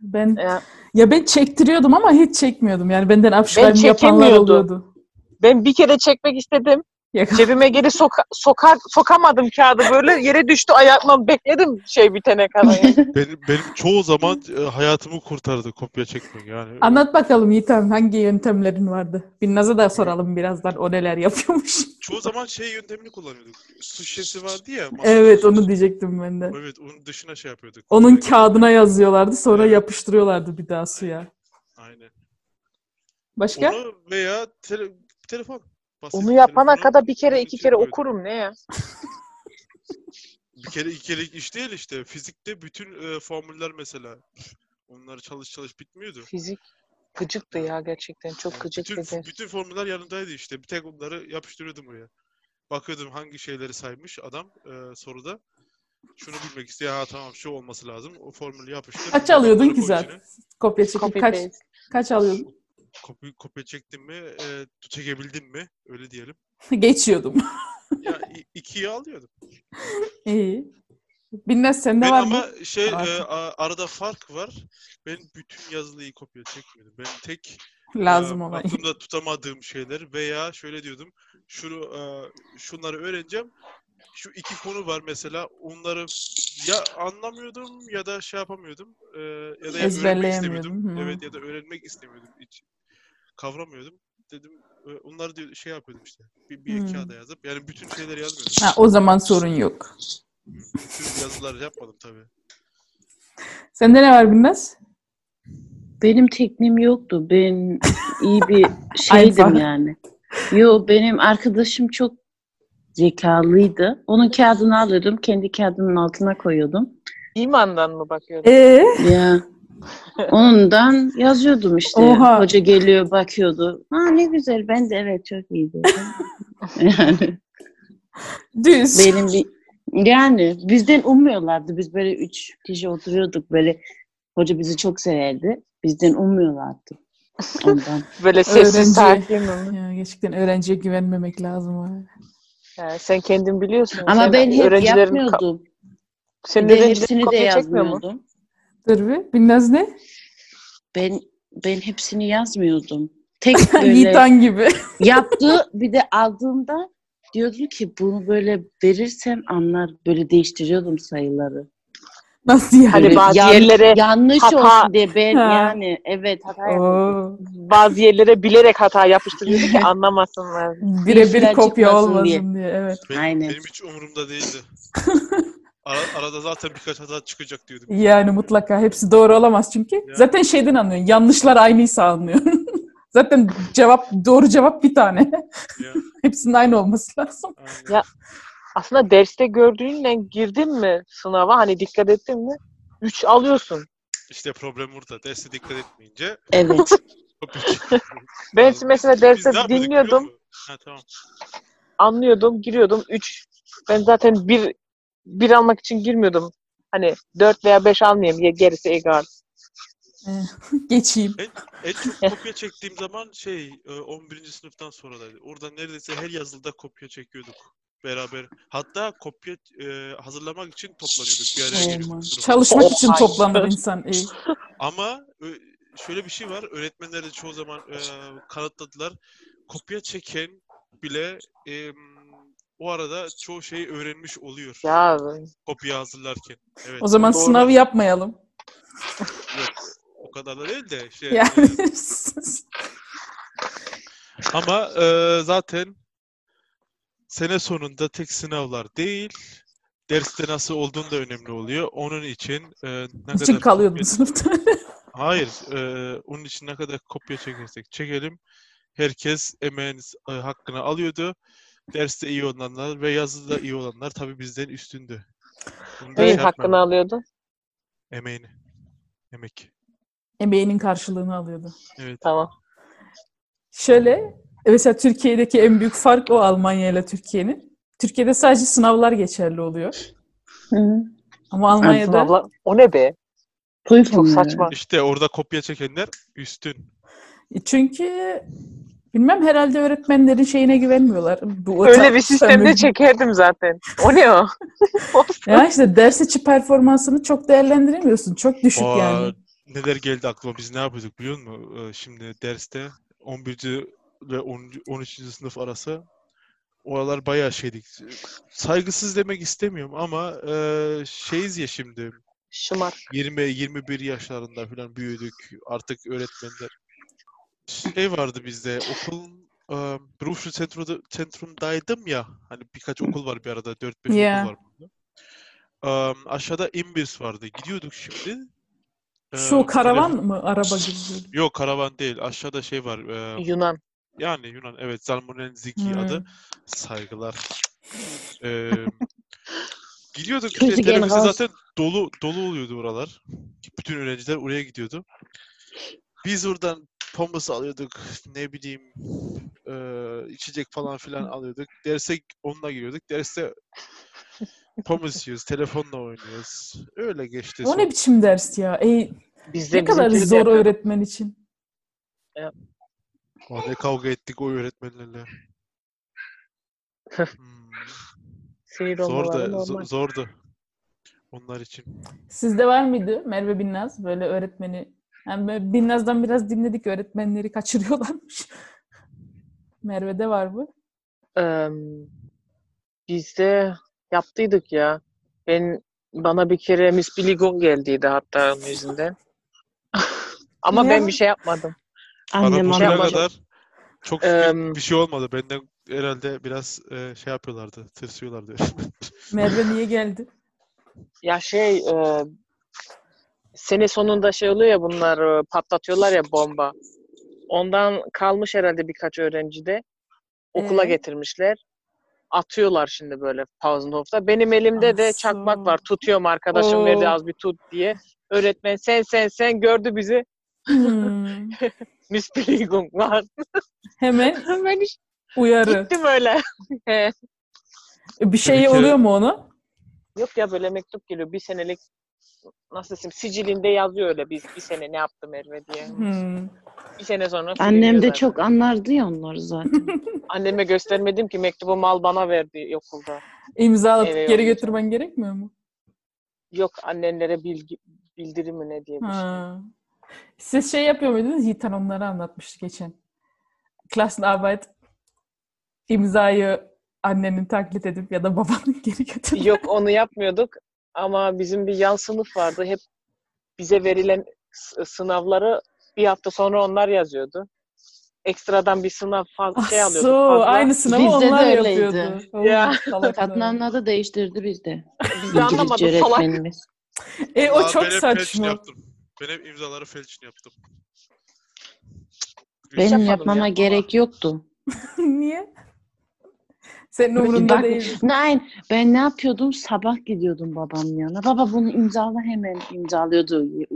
[SPEAKER 1] Ben
[SPEAKER 3] Ya,
[SPEAKER 1] ya ben çektiriyordum ama hiç çekmiyordum. Yani benden afşolarını yapanlar
[SPEAKER 3] çekemiyordum.
[SPEAKER 1] oluyordu.
[SPEAKER 3] ben bir kere çekmek istedim.
[SPEAKER 1] Ya-
[SPEAKER 3] Cebime geri soka, sokar, sokamadım kağıdı böyle yere düştü ayakla bekledim şey bitene kadar. yani.
[SPEAKER 2] benim, benim çoğu zaman e, hayatımı kurtardı kopya çekmek yani.
[SPEAKER 1] Anlat bakalım Yiğitem hangi yöntemlerin vardı? Binnaz'a da soralım birazdan o neler yapıyormuş.
[SPEAKER 2] Çoğu zaman şey yöntemini kullanıyorduk. Su şişesi vardı ya. masa
[SPEAKER 1] evet
[SPEAKER 2] şişesi.
[SPEAKER 1] onu diyecektim ben de.
[SPEAKER 2] Evet onun dışına şey yapıyorduk.
[SPEAKER 1] Onun
[SPEAKER 2] Kopya-
[SPEAKER 1] kağıdına yazıyorlardı sonra
[SPEAKER 2] Evet.
[SPEAKER 1] yapıştırıyorlardı bir daha suya.
[SPEAKER 2] Aynen.
[SPEAKER 1] Başka?
[SPEAKER 2] Onu veya tele- telefon. Basit
[SPEAKER 3] Onu yapana
[SPEAKER 2] telefonu
[SPEAKER 3] kadar bir kere iki
[SPEAKER 2] içine
[SPEAKER 3] kere
[SPEAKER 2] koyduk.
[SPEAKER 3] okurum ne ya.
[SPEAKER 2] Bir kere iki kere iş değil işte. Fizikte bütün e, formüller mesela. Onlar çalış çalış bitmiyordu.
[SPEAKER 3] Fizik gıcıktı ya gerçekten çok şey. gıcıktı.
[SPEAKER 2] Bütün,
[SPEAKER 3] ders.
[SPEAKER 2] bütün formüller yanındaydı işte. Bir tek onları yapıştırıyordum oraya. Bakıyordum hangi şeyleri saymış adam e, soruda. Şunu bilmek istiyor. Ha tamam şu olması lazım. O formülü yapıştır.
[SPEAKER 1] Kaç alıyordun
[SPEAKER 2] Onları
[SPEAKER 1] ki
[SPEAKER 2] koy
[SPEAKER 1] zaten?
[SPEAKER 2] içine.
[SPEAKER 1] Kopya çekip
[SPEAKER 3] Copy
[SPEAKER 1] kaç,
[SPEAKER 3] paste.
[SPEAKER 1] kaç alıyordun?
[SPEAKER 2] Kopya, kopya çektin mi? E, çekebildim mi? Öyle diyelim.
[SPEAKER 1] Geçiyordum.
[SPEAKER 2] Ya i- ikiyi alıyordum.
[SPEAKER 1] İyi. Binnaz sende
[SPEAKER 2] Ben
[SPEAKER 1] var mı?
[SPEAKER 2] ama şey e,
[SPEAKER 1] Artık.
[SPEAKER 2] a- arada fark var. Ben bütün yazılıyı kopya çekmedim. Ben tek
[SPEAKER 1] Lazım
[SPEAKER 2] e,
[SPEAKER 1] olan.
[SPEAKER 2] aklımda tutamadığım şeyler veya şöyle diyordum. Şunu e, şunları öğreneceğim. Şu iki konu var mesela. Onları ya anlamıyordum ya da şey yapamıyordum. E, ya da ya öğrenmek
[SPEAKER 1] Ezberleyemiyordum,
[SPEAKER 2] istemiyordum.
[SPEAKER 1] hı.
[SPEAKER 2] Evet ya da öğrenmek istemiyordum. Hiç kavramıyordum. Dedim e, onları diyor, şey yapıyordum işte. Bir, bir
[SPEAKER 1] Hmm.
[SPEAKER 2] kağıda yazıp yani bütün şeyleri yazmıyordum.
[SPEAKER 1] Ha, o zaman sorun yok.
[SPEAKER 2] Bütün yazıları yapmadım tabii.
[SPEAKER 1] Sende ne var Binnaz?
[SPEAKER 4] Benim tekniğim yoktu. Ben iyi bir
[SPEAKER 1] Alfa.
[SPEAKER 4] şeydim yani. Yo benim arkadaşım çok zekalıydı. Onun kağıdını alıyordum. Kendi kağıdımın altına koyuyordum.
[SPEAKER 3] İmandan mı bakıyordun?
[SPEAKER 1] Ee?
[SPEAKER 4] Ya ondan yazıyordum işte.
[SPEAKER 1] Oha.
[SPEAKER 4] Hoca geliyor bakıyordu. Ha ne güzel ben de evet çok iyiydi. yani
[SPEAKER 1] Düz.
[SPEAKER 4] benim bir yani bizden ummuyorlardı. Biz böyle üç kişi oturuyorduk böyle. Hoca bizi çok severdi. Bizden ummuyorlardı. Ondan.
[SPEAKER 3] Böyle sessiz
[SPEAKER 1] Öğrenci.
[SPEAKER 3] sakin mi?
[SPEAKER 1] Ya, gerçekten öğrenciye güvenmemek lazım. ha.
[SPEAKER 3] Yani sen kendin biliyorsun.
[SPEAKER 4] Ama
[SPEAKER 3] Sen
[SPEAKER 4] ben hep
[SPEAKER 3] öğrencilerin ka-
[SPEAKER 4] yapmıyordum.
[SPEAKER 3] Senin
[SPEAKER 4] Bir de
[SPEAKER 3] öğrencilerin
[SPEAKER 4] hepsini de
[SPEAKER 3] kopya çekmiyor mu?
[SPEAKER 4] yazmıyordum.
[SPEAKER 1] Dur bir. Binnaz ne?
[SPEAKER 4] Ben ben hepsini yazmıyordum. Tek böyle
[SPEAKER 1] Yiğitan gibi.
[SPEAKER 4] yaptığı bir de aldığımda diyordum ki bunu böyle verirsem anlar böyle değiştiriyordum sayıları.
[SPEAKER 1] Nasıl yani?
[SPEAKER 3] Hani bazı
[SPEAKER 4] yan-
[SPEAKER 3] yerlere
[SPEAKER 4] Yanlış
[SPEAKER 3] Hata-
[SPEAKER 4] olsun diye ben
[SPEAKER 1] Ha.
[SPEAKER 4] yani evet hata yaptım.
[SPEAKER 1] Oo.
[SPEAKER 3] bazı yerlere bilerek hata yapıştırıyordu ki anlamasınlar.
[SPEAKER 4] şeyler
[SPEAKER 1] Birebir kopya
[SPEAKER 4] çıkmasın
[SPEAKER 1] olmasın
[SPEAKER 4] diye.
[SPEAKER 1] diye. Evet.
[SPEAKER 2] Benim,
[SPEAKER 4] Aynen.
[SPEAKER 2] benim hiç umurumda değildi. Ara- arada zaten birkaç hata çıkacak diyordum.
[SPEAKER 1] Yani mutlaka hepsi doğru olamaz çünkü. Zaten şeyden anlıyorsun. Yanlışlar aynıysa anlıyorsun. Zaten cevap doğru cevap bir tane.
[SPEAKER 2] Ya,
[SPEAKER 1] Hepsinin aynı olması lazım.
[SPEAKER 2] aynen.
[SPEAKER 3] Ya- Aslında derste gördüğünle girdin mi sınava hani dikkat ettin mi? 3 alıyorsun.
[SPEAKER 2] İşte problem burada. Derse dikkat etmeyince.
[SPEAKER 4] Evet.
[SPEAKER 3] Ben mesela derse
[SPEAKER 2] Biz ne yapıyorduk biliyor
[SPEAKER 3] dinliyordum,
[SPEAKER 2] musun? Ha, tamam.
[SPEAKER 3] anlıyordum, giriyordum 3. Ben zaten bir bir almak için girmiyordum. Hani 4 veya 5 almayayım ya gerisi egal.
[SPEAKER 1] Geçeyim.
[SPEAKER 2] En çok kopya çektiğim zaman şey e, 11. sınıftan sonradaydı. Orada neredeyse her yazılıda kopya çekiyorduk beraber. Hatta kopya e, hazırlamak için toplanıyorduk. Bir araya
[SPEAKER 4] Aman.
[SPEAKER 2] geliyorduk. sınıfa.
[SPEAKER 1] Çalışmak
[SPEAKER 3] Oh
[SPEAKER 1] için
[SPEAKER 3] my
[SPEAKER 1] toplanır
[SPEAKER 3] God.
[SPEAKER 1] insan. İyi.
[SPEAKER 2] Ama e, şöyle bir şey var. Öğretmenler de çoğu zaman e, kanıtladılar. Kopya çeken bile e, o arada çoğu şeyi öğrenmiş oluyor.
[SPEAKER 3] Ya
[SPEAKER 2] Kopya hazırlarken. Evet.
[SPEAKER 1] O zaman
[SPEAKER 2] Doğru.
[SPEAKER 1] sınavı yapmayalım.
[SPEAKER 2] O kadar da değil de. Şey,
[SPEAKER 1] Yani
[SPEAKER 2] Ama e, zaten sene sonunda tek sınavlar değil, derste nasıl olduğun da önemli oluyor. Onun için e, ne
[SPEAKER 1] için
[SPEAKER 2] kadar
[SPEAKER 1] kalıyordun
[SPEAKER 2] kopya-
[SPEAKER 1] sınıfta.
[SPEAKER 2] Hayır, e, onun için ne kadar kopya çekersek çekelim. Herkes emeğin e, hakkını alıyordu. Derste iyi olanlar ve yazıda iyi olanlar tabii bizden üstündü. Bunu da şey
[SPEAKER 3] neyin
[SPEAKER 2] yapma.
[SPEAKER 3] hakkını alıyordu?
[SPEAKER 2] Emeğini. Emek.
[SPEAKER 1] Emeğinin karşılığını alıyordu.
[SPEAKER 2] Evet.
[SPEAKER 3] Tamam.
[SPEAKER 1] Şöyle e, mesela Türkiye'deki en büyük fark o Almanya ile Türkiye'nin. Türkiye'de sadece sınavlar geçerli oluyor.
[SPEAKER 4] Hı.
[SPEAKER 1] Ama Almanya'da
[SPEAKER 3] Sınavla, o ne be?
[SPEAKER 4] Kuyum
[SPEAKER 3] Çok
[SPEAKER 1] Ee,
[SPEAKER 4] ya.
[SPEAKER 3] saçma.
[SPEAKER 2] İşte orada kopya çekenler üstün.
[SPEAKER 1] E, Çünkü bilmem herhalde öğretmenlerin şeyine güvenmiyorlar. Bu
[SPEAKER 3] Öyle
[SPEAKER 1] ota-
[SPEAKER 3] bir sistemde
[SPEAKER 1] ömür-
[SPEAKER 3] çekerdim zaten. O ne o?
[SPEAKER 1] Ya işte ders içi performansını çok değerlendiremiyorsun. Çok düşük
[SPEAKER 2] Aa,
[SPEAKER 1] yani.
[SPEAKER 2] Neler geldi aklıma biz ne yapıyorduk biliyor musun? Ee, Şimdi derste 11. ve 10. 13. sınıf arası oralar bayağı şeydik. Saygısız demek istemiyorum ama e, şeyiz ya şimdi
[SPEAKER 3] Şımar.
[SPEAKER 2] 20 21 yaşlarında falan büyüdük. Artık öğretmenler şey vardı bizde okulun e, Berufsschule Zentrum'da- Zentrum'daydım ya. Hani birkaç okul var bir arada 4-5
[SPEAKER 1] Yeah.
[SPEAKER 2] okul var burada. Em, aşağıda İmbis vardı. Gidiyorduk şimdi.
[SPEAKER 1] Şu
[SPEAKER 2] Em,
[SPEAKER 1] karavan mı? Araba gibi.
[SPEAKER 2] Yok karavan değil. Aşağıda şey var. e,
[SPEAKER 3] Yunan.
[SPEAKER 2] yani Yunan evet Zalmonen Ziki
[SPEAKER 1] Hmm.
[SPEAKER 2] adı. Saygılar. E, gidiyorduk işte
[SPEAKER 4] Kötü
[SPEAKER 2] teneffüste
[SPEAKER 4] genel.
[SPEAKER 2] zaten dolu dolu oluyordu oralar. Bütün öğrenciler oraya gidiyordu. Biz oradan pombası alıyorduk. Ne bileyim e, içecek falan filan alıyorduk. Derse onunla giriyorduk. Derste pombası yiyoruz. Telefonla oynuyoruz. Öyle geçti.
[SPEAKER 1] O ne biçim ders ya? Ey,
[SPEAKER 3] Bizde
[SPEAKER 1] ne kadar
[SPEAKER 3] bizimkileri de
[SPEAKER 1] zor
[SPEAKER 3] yapıyor.
[SPEAKER 1] öğretmen için.
[SPEAKER 2] Aa, ne kavga ettik o öğretmenlerle. Hmm,
[SPEAKER 3] Sinir
[SPEAKER 2] Zor da,
[SPEAKER 3] olmaları
[SPEAKER 2] zo-
[SPEAKER 3] normal.
[SPEAKER 2] zordu. Onlar için.
[SPEAKER 1] Sizde var mıydı Merve Binnaz? Böyle öğretmeni. Yani böyle Binnaz'dan biraz dinledik öğretmenleri kaçırıyorlarmış. Merve'de var mı?
[SPEAKER 3] Eee, bizde yaptıydık ya. Ben bana bir kere Miss Biligon geldiydi hatta onun yüzünden. Ama
[SPEAKER 1] Ya.
[SPEAKER 3] ben bir şey yapmadım.
[SPEAKER 4] Annem
[SPEAKER 2] Bana bugüne
[SPEAKER 4] annem.
[SPEAKER 3] yapmadım.
[SPEAKER 2] kadar çok
[SPEAKER 3] Em,
[SPEAKER 2] bir şey olmadı. Benden herhalde biraz e, şey yapıyorlardı. Tırsıyorlardı.
[SPEAKER 1] Merve niye geldi?
[SPEAKER 3] Ya şey eee, sene sonunda şey oluyor ya bunlar eee, patlatıyorlar ya bomba. Ondan kalmış herhalde birkaç öğrenci de okula
[SPEAKER 1] Ee?
[SPEAKER 3] getirmişler. Atıyorlar şimdi böyle Pausenhof'ta. Benim elimde de
[SPEAKER 1] Asu.
[SPEAKER 3] çakmak var. Tutuyorum arkadaşım verdi
[SPEAKER 1] Oo.
[SPEAKER 3] az bir tut diye. Öğretmen sen sen sen gördü bizi.
[SPEAKER 1] Hmm.
[SPEAKER 3] Mispiligung var.
[SPEAKER 1] Hemen
[SPEAKER 3] ben işte
[SPEAKER 1] uyarı.
[SPEAKER 3] gittim öyle.
[SPEAKER 1] Bir şey
[SPEAKER 2] Tabii ki.
[SPEAKER 1] oluyor mu ona?
[SPEAKER 3] Yok ya böyle mektup geliyor. Bir senelik nasıl desem sicilinde yazıyor öyle biz bir sene ne yaptım Merve diye.
[SPEAKER 1] Hmm.
[SPEAKER 3] Bir sene sonra
[SPEAKER 4] Annem
[SPEAKER 3] siliniyor
[SPEAKER 4] de
[SPEAKER 3] zaten.
[SPEAKER 4] çok anlardı ya onları zaten.
[SPEAKER 3] Anneme göstermedim ki mektubu mal bana verdi okulda.
[SPEAKER 1] İmzalatıp
[SPEAKER 3] Eve
[SPEAKER 1] geri
[SPEAKER 3] yollayacağım.
[SPEAKER 1] götürmen gerekmiyor mu?
[SPEAKER 3] Yok annenlere bilgi, bildirimi ne diye bir şey.
[SPEAKER 1] Ha. Siz şey yapıyor muydunuz? Yiğitan onları anlatmıştı geçen. Klassenarbeit imzayı annenin taklit edip ya da babanın geri götürüp.
[SPEAKER 3] Yok onu şey. yapmıyorduk. Ama bizim bir yan sınıf vardı. Hep bize verilen s- sınavları bir hafta sonra onlar yazıyordu. Ekstradan bir sınav fazla şey alıyorduk.
[SPEAKER 1] So,
[SPEAKER 3] Fazla.
[SPEAKER 1] Ah, aynı sınavı
[SPEAKER 4] Bizde de
[SPEAKER 1] onlar
[SPEAKER 4] öyleydi.
[SPEAKER 1] yapıyordu.
[SPEAKER 3] Ya.
[SPEAKER 1] Oh, salak adam.
[SPEAKER 4] Katnan'la da değiştirdi bizde.
[SPEAKER 3] Biz de anlamadık salak.
[SPEAKER 1] E o
[SPEAKER 2] Aa,
[SPEAKER 1] çok
[SPEAKER 2] ben hep fel için
[SPEAKER 1] saçma.
[SPEAKER 2] yaptım. Ben hep imzaları fel için yaptım.
[SPEAKER 3] şey
[SPEAKER 4] Benim
[SPEAKER 3] Yapmadım
[SPEAKER 4] yapmama
[SPEAKER 3] ya.
[SPEAKER 4] gerek yoktu.
[SPEAKER 1] Niye? Senin
[SPEAKER 4] Bak,
[SPEAKER 1] umurunda değil.
[SPEAKER 4] nein, ben ne yapıyordum? Sabah gidiyordum babamın yanına. Baba bunu imzala hemen imzalıyordu. Uy-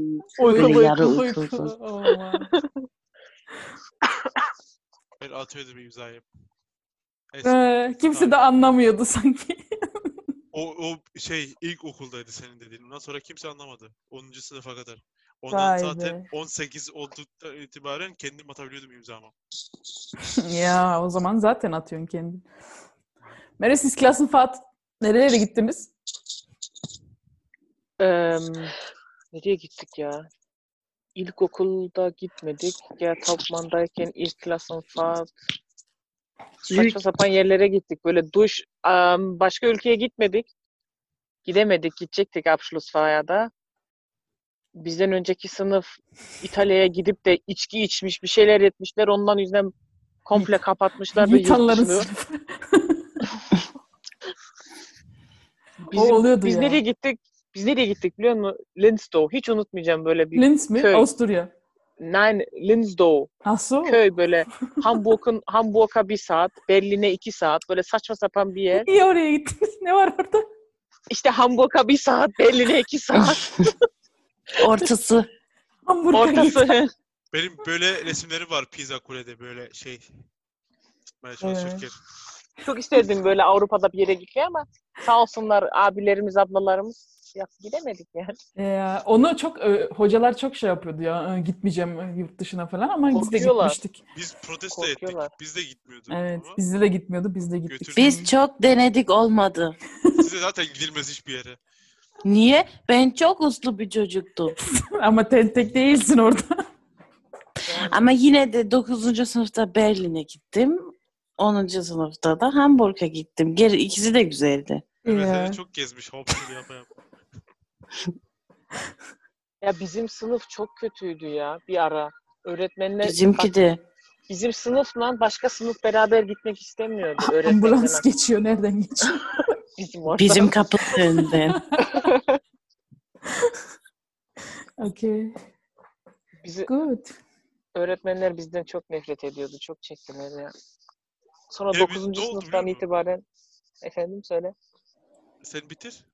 [SPEAKER 4] uy- Böyle yarı uykusuz.
[SPEAKER 1] Aman.
[SPEAKER 2] Ben atıyordum imzayı. Neyse.
[SPEAKER 1] Ee, kimse de anlamıyordu sanki.
[SPEAKER 2] O, o şey ilk okuldaydı senin dediğin. Ondan sonra kimse anlamadı. 10. sınıfa kadar. Ondan
[SPEAKER 1] Vay
[SPEAKER 2] zaten
[SPEAKER 1] be.
[SPEAKER 2] 18 olduktan itibaren kendim atabiliyordum imzamı.
[SPEAKER 1] ya o zaman zaten atıyorsun kendini. Meral siz klasın Fatih nerelere gittiniz?
[SPEAKER 3] Eee, nereye gittik ya? İlkokulda gitmedik. Ya Tapman'dayken ilk klasın falan
[SPEAKER 4] Yük-
[SPEAKER 3] saçma sapan yerlere gittik. Böyle duş, am, başka ülkeye gitmedik. Gidemedik, gidecektik Abschlussfeier'da. da. Bizden önceki sınıf İtalya'ya gidip de içki içmiş, bir şeyler etmişler. Ondan yüzden komple kapatmışlar da yurt
[SPEAKER 1] Yiğitanların
[SPEAKER 3] dışını.
[SPEAKER 1] sınıfı.
[SPEAKER 3] Bizim-
[SPEAKER 1] o oluyordu
[SPEAKER 3] biz
[SPEAKER 1] ya.
[SPEAKER 3] nereye gittik? Biz nereye gittik biliyor musun? Linstow. Hiç unutmayacağım böyle bir.
[SPEAKER 1] Linz mi?
[SPEAKER 3] Köy.
[SPEAKER 1] Avusturya.
[SPEAKER 3] Nein, Linstow.
[SPEAKER 1] Ah so.
[SPEAKER 4] Oh.
[SPEAKER 3] köy böyle Hamburg'un Hamburg'a bir saat, Berlin'e iki saat böyle saçma sapan bir yer.
[SPEAKER 1] Niye oraya gittiniz? Ne var orada?
[SPEAKER 3] İşte Hamburg'a bir saat, Berlin'e iki saat
[SPEAKER 4] Ortası.
[SPEAKER 1] Hamburg'a gittim.
[SPEAKER 3] ortası.
[SPEAKER 2] Benim böyle resimlerim var Pizza Kule'de böyle şey tutmaya çalışırken.
[SPEAKER 3] Çok isterdim böyle Avrupa'da bir yere gitmeyi ama sağ olsunlar abilerimiz, ablalarımız ya gidemedik yani.
[SPEAKER 1] Ee, onu çok e, hocalar çok şey yapıyordu ya. e, Gitmeyeceğim e, yurt dışına falan ama biz de
[SPEAKER 3] Korkuyorlar.
[SPEAKER 1] gitmiştik.
[SPEAKER 2] Biz protesto
[SPEAKER 3] Korkuyorlar.
[SPEAKER 2] ettik. Biz de gitmiyorduk
[SPEAKER 1] Evet,
[SPEAKER 2] ama
[SPEAKER 1] bizde de gitmiyordu, biz de gittik.
[SPEAKER 2] Götürdü.
[SPEAKER 4] Biz çok denedik olmadı.
[SPEAKER 2] size zaten gidilmez hiçbir yere.
[SPEAKER 4] Niye? Ben çok uslu bir çocuktum.
[SPEAKER 1] ama tek tek değilsin orada.
[SPEAKER 4] Ama yine de 9. sınıfta Berlin'e gittim. 10. sınıfta da Hamburg'a gittim. Geri ikisi de güzeldi.
[SPEAKER 2] Evet,
[SPEAKER 1] Ya.
[SPEAKER 2] evet, çok gezmiş. Hopsini yapa yapa.
[SPEAKER 3] Ya bizim sınıf çok kötüydü ya bir ara. Öğretmenler
[SPEAKER 4] Bizimki
[SPEAKER 3] bak,
[SPEAKER 4] de.
[SPEAKER 3] bizim sınıfla başka sınıf beraber gitmek istemiyordu öğretmenler.
[SPEAKER 1] Ambulans geçiyor, nereden geçiyor?
[SPEAKER 3] Bizim orada.
[SPEAKER 4] Bizim kapının önünden.
[SPEAKER 1] okay,
[SPEAKER 3] Bizi-
[SPEAKER 1] good.
[SPEAKER 3] öğretmenler bizden çok nefret ediyordu. Çok çektiler ya. Sonra
[SPEAKER 2] Ya E,
[SPEAKER 3] 9.
[SPEAKER 2] biz- ne oldu biliyor
[SPEAKER 3] sınıftan
[SPEAKER 2] musun?
[SPEAKER 3] itibaren efendim söyle.
[SPEAKER 2] Sen bitir.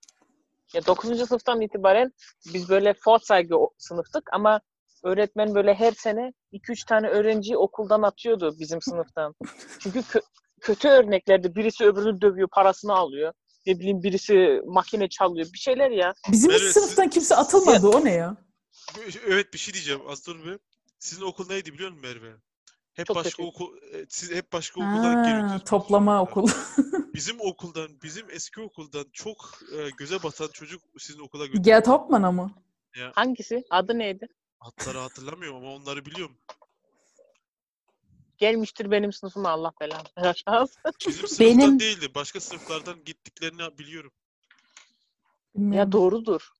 [SPEAKER 3] Ya 9. sınıftan itibaren biz böyle Forsaygı o- sınıftık ama öğretmen böyle her sene 2-3 tane öğrenciyi okuldan atıyordu bizim sınıftan. Çünkü kö- kötü örneklerdi. Birisi öbürünü dövüyor, parasını alıyor. Ne bileyim birisi makine çalıyor. Bir şeyler ya.
[SPEAKER 1] Bizim hiç
[SPEAKER 2] Evet,
[SPEAKER 1] sınıftan kimse atılmadı, o ne ya?
[SPEAKER 2] Bir- Evet bir şey diyeceğim. Az dur bir. Sizin okul neydi biliyor musun Merve? Hep
[SPEAKER 3] Çok
[SPEAKER 2] başka
[SPEAKER 3] kötü.
[SPEAKER 2] okul, e, siz hep başka okuldan
[SPEAKER 1] Ha,
[SPEAKER 2] geliyordunuz.
[SPEAKER 1] toplama okul.
[SPEAKER 2] Bizim okuldan, bizim eski okuldan çok e, göze batan çocuk sizin okula götürdü.
[SPEAKER 1] Gerd Hauptmann'a mı?
[SPEAKER 3] Hangisi? Adı neydi?
[SPEAKER 2] Adları hatırlamıyorum ama onları biliyorum.
[SPEAKER 3] Gelmiştir benim sınıfıma Allah belanı. versin.
[SPEAKER 2] Bizim sınıftan
[SPEAKER 4] Benim-
[SPEAKER 2] değildi. Başka sınıflardan gittiklerini biliyorum.
[SPEAKER 3] ya doğrudur.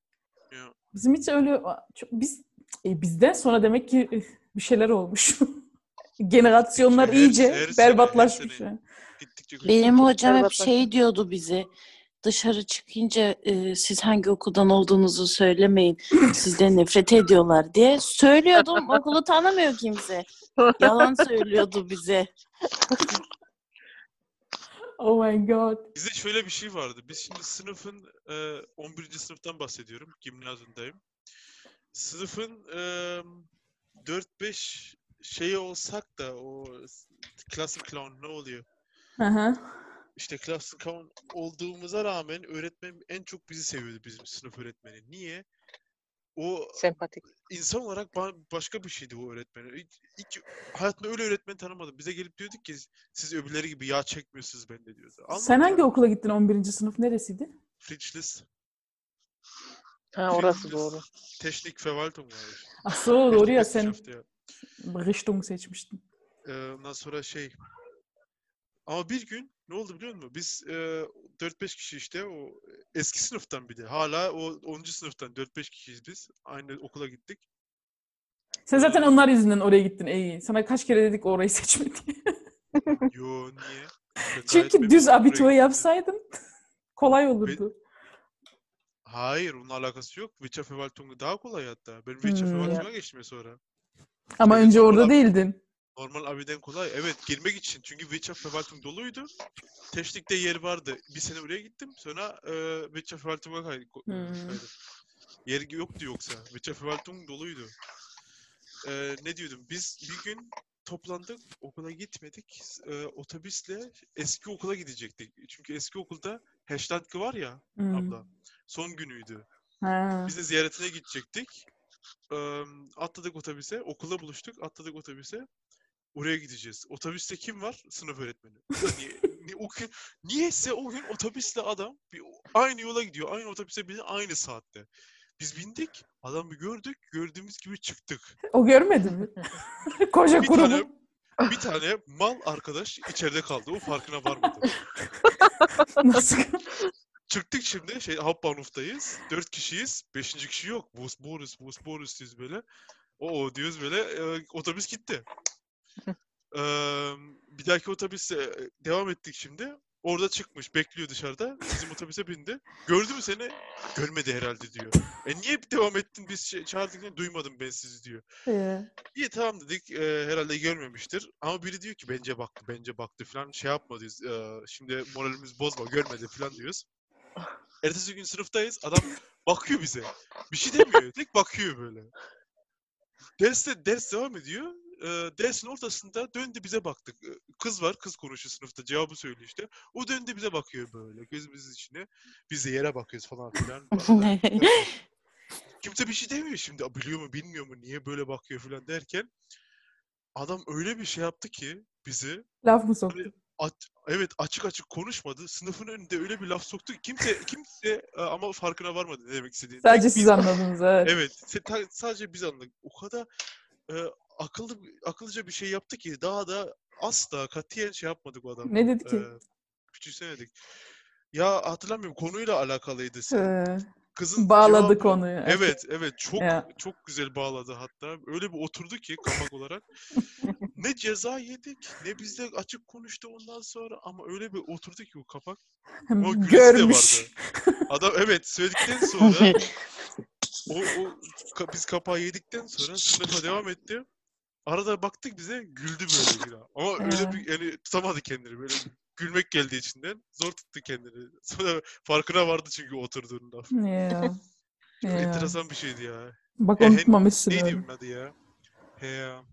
[SPEAKER 1] Bizim hiç öyle... çok- Biz e, Bizden sonra demek ki e, bir şeyler olmuş. Generasyonlar
[SPEAKER 2] Her-
[SPEAKER 1] iyice
[SPEAKER 2] her sene, her
[SPEAKER 1] berbatlaşmış.
[SPEAKER 2] sene.
[SPEAKER 1] yani.
[SPEAKER 2] Gittikçe kötü.
[SPEAKER 4] Benim hocam hep
[SPEAKER 3] berbat
[SPEAKER 4] şey diyordu bize. Dışarı çıkınca e, siz hangi okuldan olduğunuzu söylemeyin. Sizden nefret ediyorlar diye. Söylüyordum okulu tanımıyor kimse. Yalan söylüyordu bize.
[SPEAKER 1] Oh my god.
[SPEAKER 2] Bizde şöyle bir şey vardı. Biz şimdi sınıfın e, 11. sınıftan bahsediyorum. Gimnazyumdayım. Sınıfın e, 4-5 şeyi olsak da o s- Classic Clown ne oluyor?
[SPEAKER 1] Aha.
[SPEAKER 2] İşte Classic Clown olduğumuza rağmen öğretmen en çok bizi seviyordu bizim sınıf öğretmeni. Niye? O
[SPEAKER 3] Sempatik.
[SPEAKER 2] insan olarak ba- başka bir şeydi o öğretmen. İlk, ilk hayatımda öyle öğretmen tanımadım. Bize gelip diyorduk ki siz öbürleri gibi yağ çekmiyorsunuz bende diyordu.
[SPEAKER 1] Sen
[SPEAKER 2] Anlamadım
[SPEAKER 1] hangi
[SPEAKER 2] ya.
[SPEAKER 1] okula gittin 11. sınıf? Neresiydi?
[SPEAKER 2] Fridgeless.
[SPEAKER 3] Ha orası doğru.
[SPEAKER 2] Teşnik Verwaltung var.
[SPEAKER 1] Ah so, doğru ya sen
[SPEAKER 2] Rechtswissenschaft ya.
[SPEAKER 1] Richtung seçmiştin.
[SPEAKER 2] Ee, ondan sonra şey. Ama bir gün ne oldu biliyor musun? Biz e, 4-5 kişi işte o eski sınıftan bir de. Hala o 10. sınıftan 4-5 kişiyiz biz. Aynı okula gittik.
[SPEAKER 1] Sen zaten onlar yüzünden oraya gittin iyi. Sana kaç kere dedik orayı seçme diye.
[SPEAKER 2] Yo niye? Ben gayet
[SPEAKER 1] Çünkü
[SPEAKER 2] memnunum
[SPEAKER 1] düz
[SPEAKER 2] buraya
[SPEAKER 1] abitur
[SPEAKER 2] gittiğimde.
[SPEAKER 1] yapsaydın kolay olurdu.
[SPEAKER 2] Hayır onun alakası yok. Vichaf Evaltung'u daha kolay hatta. Ben
[SPEAKER 1] Hmm.
[SPEAKER 2] Vichaf Evaltung'a geçtim ya sonra.
[SPEAKER 1] Ama
[SPEAKER 2] Evet,
[SPEAKER 1] önce orada
[SPEAKER 2] abi.
[SPEAKER 1] değildin.
[SPEAKER 2] Normal abiden kolay. Evet girmek için. Çünkü Vichaf Evaltung doluydu. Teşlik'te yer vardı. Bir sene oraya gittim. Sonra e, Vichaf Evaltung'a kay- ko-
[SPEAKER 1] Hmm.
[SPEAKER 2] kaydım. Yer yoktu yoksa. Vichaf Evaltung doluydu. E, ne diyordum? Biz bir gün toplandık. Okula gitmedik. E, otobüsle eski okula gidecektik. Çünkü eski okulda Heşlatkı var ya
[SPEAKER 1] Hmm.
[SPEAKER 2] abla. Son günüydü.
[SPEAKER 1] Ha.
[SPEAKER 2] Biz de ziyaretine gidecektik. Eee, atladık otobüse. Okula buluştuk. Atladık otobüse. Oraya gideceğiz. Otobüste kim var? Sınıf öğretmeni. Niye, ni- o gün, niyeyse o gün otobüsle adam bir, aynı yola gidiyor. Aynı otobüse bindi aynı saatte. Biz bindik. Adamı gördük. Gördüğümüz gibi çıktık.
[SPEAKER 1] O görmedi mi? Koca
[SPEAKER 2] Bir
[SPEAKER 1] kurumu.
[SPEAKER 2] tane, bir tane mal arkadaş içeride kaldı. O farkına varmadı.
[SPEAKER 1] Nasıl?
[SPEAKER 2] Çıktık şimdi şey Habbanuf'tayız. Dört kişiyiz. Beşinci kişi yok. Bus Boris, Bus Boris diyoruz böyle. O diyoruz böyle. e, otobüs gitti. Eee, bir dahaki otobüse e, devam ettik şimdi. Orada çıkmış. Bekliyor dışarıda. Bizim otobüse bindi. Gördü mü seni? Görmedi herhalde diyor. E niye devam ettin? Biz şey, çağırdık ya, duymadım ben sizi diyor.
[SPEAKER 1] Ee,
[SPEAKER 2] İyi tamam dedik. Eee, herhalde görmemiştir. Ama biri diyor ki bence baktı, bence baktı falan. Şey yapma diyoruz. eee, şimdi moralimiz bozma, görmedi falan diyoruz. Ertesi gün sınıftayız. Adam bakıyor bize. Bir şey demiyor. Tek bakıyor böyle. Derste ders devam ediyor. Eee, dersin ortasında döndü bize baktık. Eee, Kız var, kız konuşuyor sınıfta. Cevabı söylüyor işte. O döndü bize bakıyor böyle. Gözümüzün içine. Biz de yere bakıyoruz falan filan.
[SPEAKER 4] Ne?
[SPEAKER 2] Kimse bir şey demiyor şimdi. "Aa, Biliyor mu bilmiyor mu niye böyle bakıyor falan derken. Adam öyle bir şey yaptı ki bizi.
[SPEAKER 1] laf mı soktu?
[SPEAKER 2] at- evet açık açık konuşmadı. Sınıfın önünde öyle bir laf soktu ki kimse kimse e, ama farkına varmadı ne demek istediğini.
[SPEAKER 1] Sadece
[SPEAKER 2] Biz-
[SPEAKER 1] siz anladınız evet.
[SPEAKER 2] Evet. se- ta- sadece biz anladık. O kadar e, akıllı akıllıca bir şey yaptı ki daha da asla katiyen şey yapmadık o adam.
[SPEAKER 1] Ne dedi ki?
[SPEAKER 2] E, küçümsemedik. Ya hatırlamıyorum konuyla alakalıydı.
[SPEAKER 1] Ee,
[SPEAKER 2] Kızın
[SPEAKER 1] bağladı
[SPEAKER 2] cevabı-
[SPEAKER 1] konuyu.
[SPEAKER 2] Evet evet çok
[SPEAKER 1] Ya.
[SPEAKER 2] çok güzel bağladı hatta. Öyle bir oturdu ki kapak olarak. ne ceza yedik ne bizde açık konuştu ondan sonra ama öyle bir oturdu ki o kapak. Ama gülesi de
[SPEAKER 1] Görmüş.
[SPEAKER 2] vardı. Adam evet söyledikten sonra o, o ka- biz kapağı yedikten sonra sınıfa devam etti. Arada baktık bize güldü böyle bir an. Ama öyle
[SPEAKER 1] Ha.
[SPEAKER 2] bir yani tutamadı kendini böyle gülmek geldi içinden. Zor tuttu kendini. Sonra farkına vardı çünkü oturduğunda.
[SPEAKER 1] Ya. Ya.
[SPEAKER 2] Enteresan bir şeydi ya. şey
[SPEAKER 1] Bak
[SPEAKER 2] He, he-
[SPEAKER 1] unutmamışsın.
[SPEAKER 2] Neydi
[SPEAKER 1] öyle.
[SPEAKER 2] onun adı ya? He ya.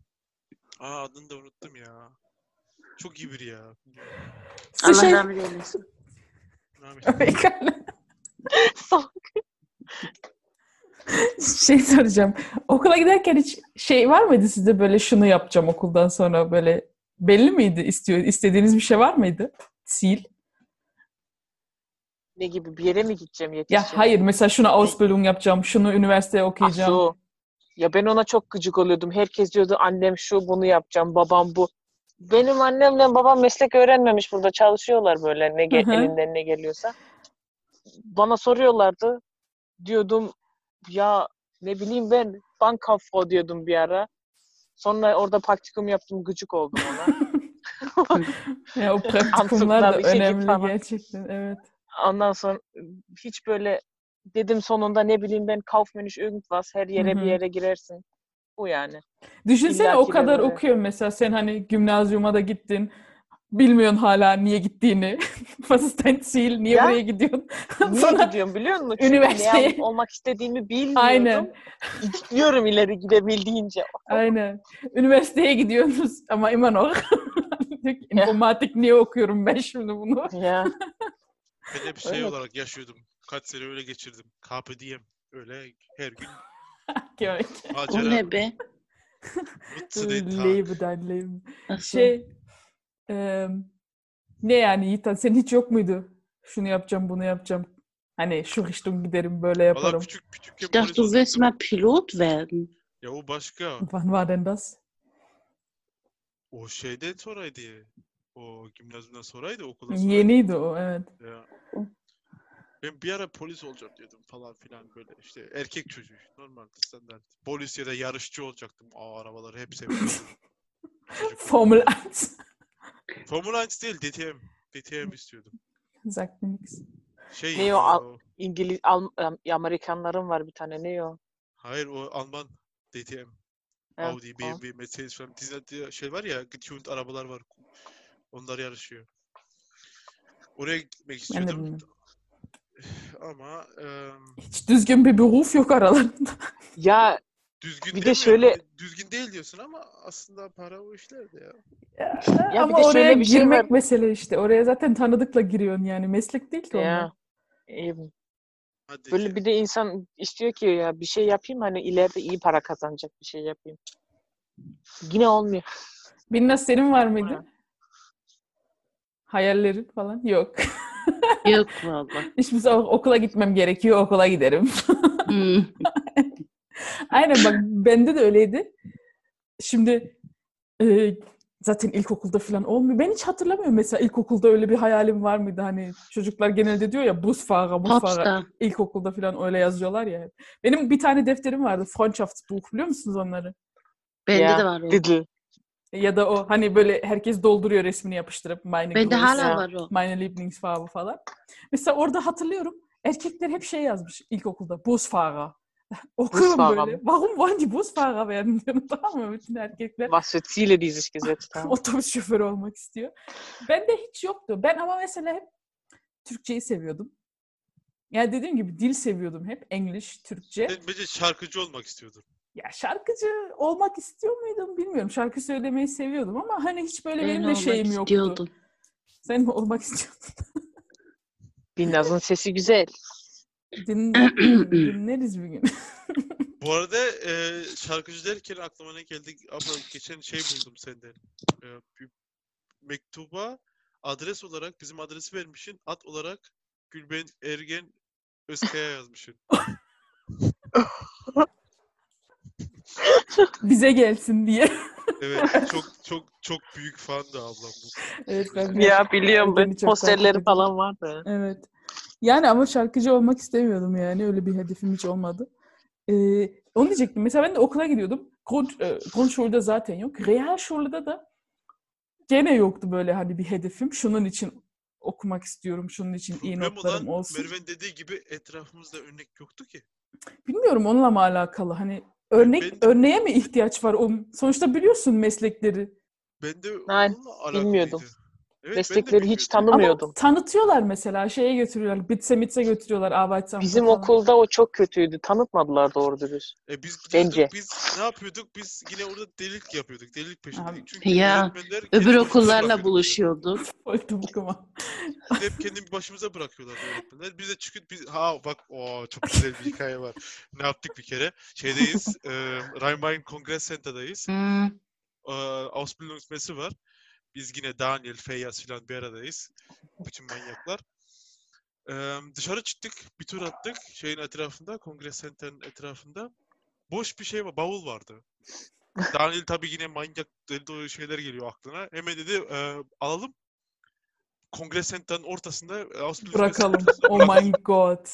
[SPEAKER 2] Aa adını da unuttum ya. Çok iyi biri ya.
[SPEAKER 1] Şu şey-
[SPEAKER 4] rahmet eylesin.
[SPEAKER 2] Rahmetli.
[SPEAKER 1] Pekala. şey soracağım. Okula giderken hiç şey var mıydı sizde böyle şunu yapacağım okuldan sonra böyle belli miydi istiyor istediğiniz bir şey var mıydı? Sil.
[SPEAKER 3] Ne gibi bir yere mi gideceğim
[SPEAKER 1] Ya
[SPEAKER 3] yetişeceğim? Ah,
[SPEAKER 1] hayır mesela şunu Ausbildung yapacağım, şunu üniversiteye okuyacağım.
[SPEAKER 3] Asu. Ya ben ona çok gıcık oluyordum. Herkes diyordu annem şu bunu yapacağım, babam bu. Benim annemle babam meslek öğrenmemiş burada. Çalışıyorlar böyle ne ge-
[SPEAKER 1] Hı hı.
[SPEAKER 3] elinden ne geliyorsa. Bana soruyorlardı. Diyordum ya ne bileyim ben bankanfo diyordum bir ara. Sonra orada praktikum yaptım gıcık oldum ona.
[SPEAKER 1] Ya o praktikumlar da
[SPEAKER 3] bir şey git
[SPEAKER 1] önemli
[SPEAKER 3] falan.
[SPEAKER 1] gerçekten evet.
[SPEAKER 3] Ondan sonra hiç böyle dedim sonunda ne bileyim ben Kaufmännisch irgendwas her yere
[SPEAKER 1] Hı hı.
[SPEAKER 3] bir yere girersin. Bu yani.
[SPEAKER 1] Düşünsene
[SPEAKER 3] İlla
[SPEAKER 1] o
[SPEAKER 3] ki
[SPEAKER 1] kadar
[SPEAKER 3] böyle.
[SPEAKER 1] okuyorsun mesela sen hani gimnazyuma da gittin. Bilmiyorsun hala niye gittiğini. Fasisten sil, niye
[SPEAKER 3] Ya.
[SPEAKER 1] buraya gidiyorsun?
[SPEAKER 3] Niye
[SPEAKER 1] Sonra
[SPEAKER 3] gidiyorum biliyor musun? Çünkü
[SPEAKER 1] üniversiteye-
[SPEAKER 3] ne yap- olmak istediğimi bilmiyordum.
[SPEAKER 1] Aynen.
[SPEAKER 3] Diyorum ileri gidebildiğince.
[SPEAKER 1] Aynen. Üniversiteye gidiyorsunuz ama İmanol. İnformatik niye okuyorum ben şimdi bunu?
[SPEAKER 3] Ya.
[SPEAKER 2] Ben hep şey
[SPEAKER 3] Evet.
[SPEAKER 2] olarak yaşıyordum. Kaç sene öyle geçirdim. KP diyem. Öyle her gün
[SPEAKER 1] Gerek.
[SPEAKER 4] O
[SPEAKER 2] macera.
[SPEAKER 4] ne be?
[SPEAKER 2] Mutlu değil tak.
[SPEAKER 1] Lebeden leben.
[SPEAKER 4] Asu.
[SPEAKER 1] Şey eee, ne yani Yiğit senin hiç yok muydu? Şunu yapacağım bunu yapacağım. Hani şu Richtung giderim böyle
[SPEAKER 2] Valla
[SPEAKER 1] yaparım.
[SPEAKER 2] küçük küçük
[SPEAKER 4] ich dachte, du willst mal Pilot werden.
[SPEAKER 2] Ya o başka.
[SPEAKER 1] Wann war denn das?
[SPEAKER 2] O şeyden sonraydı ya. O gimnazyumdan sonraydı okuldan sonra.
[SPEAKER 1] Yeniydi o evet.
[SPEAKER 2] Ya. Ben bir ara polis olacağım diyordum falan filan böyle işte erkek çocuğu normal standart. Polis ya da yarışçı olacaktım. Aa arabaları hep seviyordum. Çocuk-
[SPEAKER 1] Formula 1.
[SPEAKER 2] Formula 1 değil DTM. DTM istiyordum.
[SPEAKER 1] Exact Mix.
[SPEAKER 2] Şey
[SPEAKER 3] Ne o,
[SPEAKER 2] ya,
[SPEAKER 3] al-
[SPEAKER 2] o-
[SPEAKER 3] İngiliz, Al- Am- Amerikanların var bir tane ne o?
[SPEAKER 2] Hayır o Alman DTM.
[SPEAKER 3] Ha,
[SPEAKER 2] Audi, BMW, Mercedes falan. Dizel şey var ya tuned arabalar var. Onlar yarışıyor. Oraya gitmek
[SPEAKER 1] Ben de
[SPEAKER 2] istiyordum.
[SPEAKER 1] bilmiyorum.
[SPEAKER 2] Ama em,
[SPEAKER 1] Hiç düzgün bir beruf yok aralarında.
[SPEAKER 3] Ya
[SPEAKER 2] Düzgün
[SPEAKER 3] Bir de
[SPEAKER 2] demiyorum.
[SPEAKER 3] şöyle-
[SPEAKER 2] Düzgün değil diyorsun ama aslında para o işlerde ya.
[SPEAKER 3] Ya
[SPEAKER 1] Ama
[SPEAKER 3] bir de
[SPEAKER 1] oraya
[SPEAKER 3] şöyle bir şey
[SPEAKER 1] girmek
[SPEAKER 3] var.
[SPEAKER 1] mesele işte. Oraya zaten tanıdıkla giriyorsun yani. Meslek değil ki onlar.
[SPEAKER 3] ya. e,
[SPEAKER 2] Hadi
[SPEAKER 3] Böyle
[SPEAKER 2] ya.
[SPEAKER 3] bir de insan istiyor ki ya bir şey yapayım hani ileride iyi para kazanacak bir şey yapayım. Yine olmuyor.
[SPEAKER 1] Binnaz senin var
[SPEAKER 3] Ha.
[SPEAKER 1] mıydı? Hayallerin falan? Yok.
[SPEAKER 4] Yok valla.
[SPEAKER 1] Hiçbir zaman okula gitmem gerekiyor. Okula giderim.
[SPEAKER 4] Hmm.
[SPEAKER 1] Aynen bak bende de öyleydi. Şimdi e, zaten ilkokulda falan olmuyor. Ben hiç hatırlamıyorum mesela ilkokulda öyle bir hayalim var mıydı? Hani çocuklar genelde diyor ya Busfahr'a, Busfahr'a.
[SPEAKER 4] Popstar.
[SPEAKER 1] İlkokulda falan öyle yazıyorlar ya. Benim bir tane defterim vardı. Freundschaftsbuch biliyor musunuz onları?
[SPEAKER 4] Bende
[SPEAKER 3] Ya.
[SPEAKER 4] de var o.
[SPEAKER 3] Dedi.
[SPEAKER 1] Ya da o hani böyle herkes dolduruyor resmini yapıştırıp meine
[SPEAKER 4] Bende
[SPEAKER 1] Grüße.
[SPEAKER 4] hala
[SPEAKER 3] Ya.
[SPEAKER 4] var o.
[SPEAKER 1] Meine Lieblingsfarbe falan. Mesela orada hatırlıyorum. Erkekler hep şey yazmış ilkokulda. Busfahrer. Okuyorum
[SPEAKER 3] Busfahrer
[SPEAKER 1] böyle.
[SPEAKER 3] mi?
[SPEAKER 1] Warum wollen die Busfahrer werden? diyorum, tamam mı? Bütün erkekler
[SPEAKER 3] Was für Ziele dieses Gesetz haben.
[SPEAKER 1] otobüs şoförü olmak istiyor. Bende hiç yoktu. Ben ama mesela hep Türkçeyi seviyordum. Yani dediğim gibi dil seviyordum hep. English, Türkçe.
[SPEAKER 2] Ben bence şarkıcı olmak istiyordum.
[SPEAKER 1] Ya şarkıcı olmak istiyor muydum bilmiyorum. Şarkı söylemeyi seviyordum ama hani hiç böyle
[SPEAKER 4] Ben
[SPEAKER 1] benim de
[SPEAKER 4] olmak
[SPEAKER 1] şeyim yoktu.
[SPEAKER 4] istiyordum.
[SPEAKER 1] Sen mi olmak istiyordun?
[SPEAKER 3] Binnaz'ın sesi güzel.
[SPEAKER 1] Dinler, dinleriz bir gün.
[SPEAKER 2] Bu arada e, şarkıcı derken aklıma ne geldi? Abla geçen şey buldum senden. E, bir mektuba adres olarak bizim adresi vermişsin. Ad olarak Gülben Ergen Özkaya yazmışsın.
[SPEAKER 1] Bize gelsin diye.
[SPEAKER 2] Evet çok çok çok büyük fandı ablam bu.
[SPEAKER 1] evet ben de-
[SPEAKER 3] Ya biliyorum
[SPEAKER 1] Beni
[SPEAKER 3] ben
[SPEAKER 1] çok takip
[SPEAKER 3] posterleri
[SPEAKER 1] ediyor.
[SPEAKER 3] falan vardı.
[SPEAKER 1] Evet. Yani ama şarkıcı olmak istemiyordum yani. Öyle bir hedefim hiç olmadı. Ee, onu diyecektim. Mesela ben de okula gidiyordum. Kont, e, Grundschule'da zaten yok. Realschule'da da gene yoktu böyle hani bir hedefim. Şunun için okumak istiyorum. Şunun için iyi
[SPEAKER 2] Problem
[SPEAKER 1] notlarım
[SPEAKER 2] olan
[SPEAKER 1] olsun.
[SPEAKER 2] Merve'nin dediği gibi etrafımızda örnek yoktu ki.
[SPEAKER 1] Bilmiyorum onunla mı alakalı? Hani örnek
[SPEAKER 2] Ben-
[SPEAKER 1] örneğe mi ihtiyaç var? Onun, sonuçta biliyorsun meslekleri.
[SPEAKER 2] Ben de
[SPEAKER 3] Hayır,
[SPEAKER 2] onunla alakalıydı.
[SPEAKER 3] bilmiyordum.
[SPEAKER 2] Evet, ben de
[SPEAKER 3] Meslekleri hiç
[SPEAKER 2] bilmiyordum.
[SPEAKER 1] Ama
[SPEAKER 3] tanımıyordum.
[SPEAKER 1] tanıtıyorlar mesela. Şeye götürüyorlar. Bitse mitse götürüyorlar. Arbeitsamt
[SPEAKER 3] Bizim okulda o çok kötüydü. Tanıtmadılar doğru dürüst.
[SPEAKER 2] E biz
[SPEAKER 3] Bence.
[SPEAKER 2] gidiyorduk, biz ne yapıyorduk? Biz yine orada delilik yapıyorduk. Delilik peşindeydik. Çünkü
[SPEAKER 4] Ya,
[SPEAKER 2] öğretmenler kendi
[SPEAKER 4] Öbür
[SPEAKER 2] başımıza
[SPEAKER 4] okullarla
[SPEAKER 2] bırakıyordu
[SPEAKER 4] buluşuyorduk.
[SPEAKER 1] ama.
[SPEAKER 2] bizi. Biz hep kendi başımıza bırakıyorlardı öğretmenler. Biz de çıkıp biz ha bak o çok güzel bir hikaye var. Ne yaptık bir kere? Şeydeyiz. e, Rhein-Main Kongres Center'dayız.
[SPEAKER 4] Hmm.
[SPEAKER 2] E, Ausbildungsmesse var. Biz yine Daniel, Feyyaz filan bir aradayız. Bütün manyaklar. Eee, dışarı çıktık, bir tur attık şeyin etrafında, kongre senterin etrafında. Boş bir şey var, bavul vardı. Daniel tabii yine manyak deli dolu şeyler geliyor aklına. Hemen dedi eee, alalım. Kongre senterin ortasında, e, Ağustos
[SPEAKER 1] Bırakalım.
[SPEAKER 2] ortasında
[SPEAKER 1] Oh
[SPEAKER 2] bırakalım.
[SPEAKER 1] my god.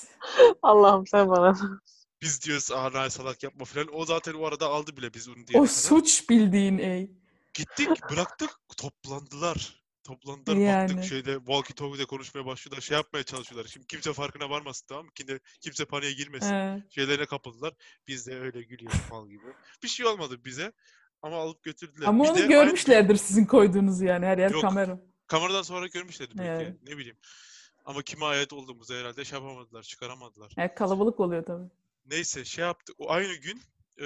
[SPEAKER 3] Allah'ım sen bana.
[SPEAKER 2] Biz diyoruz "Aa, lan salak yapma falan. O zaten o arada aldı bile biz onu diye.
[SPEAKER 1] O suç bildiğin ey.
[SPEAKER 2] Gittik bıraktık toplandılar. Toplandılar
[SPEAKER 1] Yani.
[SPEAKER 2] baktık şeyde walkie talkie'de konuşmaya başlıyorlar. Şey yapmaya çalışıyorlar. Şimdi kimse farkına varmasın tamam mı? Kimse, kimse paniğe girmesin.
[SPEAKER 1] He.
[SPEAKER 2] Şeylerine kapıldılar. Biz de öyle gülüyoruz mal gibi. Bir şey olmadı bize. Ama alıp götürdüler.
[SPEAKER 1] Ama
[SPEAKER 2] Bir
[SPEAKER 1] onu
[SPEAKER 2] de aynı-
[SPEAKER 1] görmüşlerdir sizin koyduğunuzu yani. Her yer
[SPEAKER 2] Yok.
[SPEAKER 1] kamera.
[SPEAKER 2] kameradan sonra görmüşlerdi belki.
[SPEAKER 1] Evet.
[SPEAKER 2] Ne bileyim. Ama kime ait olduğumuzu herhalde şey yapamadılar. Çıkaramadılar.
[SPEAKER 1] Yani kalabalık oluyor tabii.
[SPEAKER 2] Neyse şey yaptı. O aynı gün e,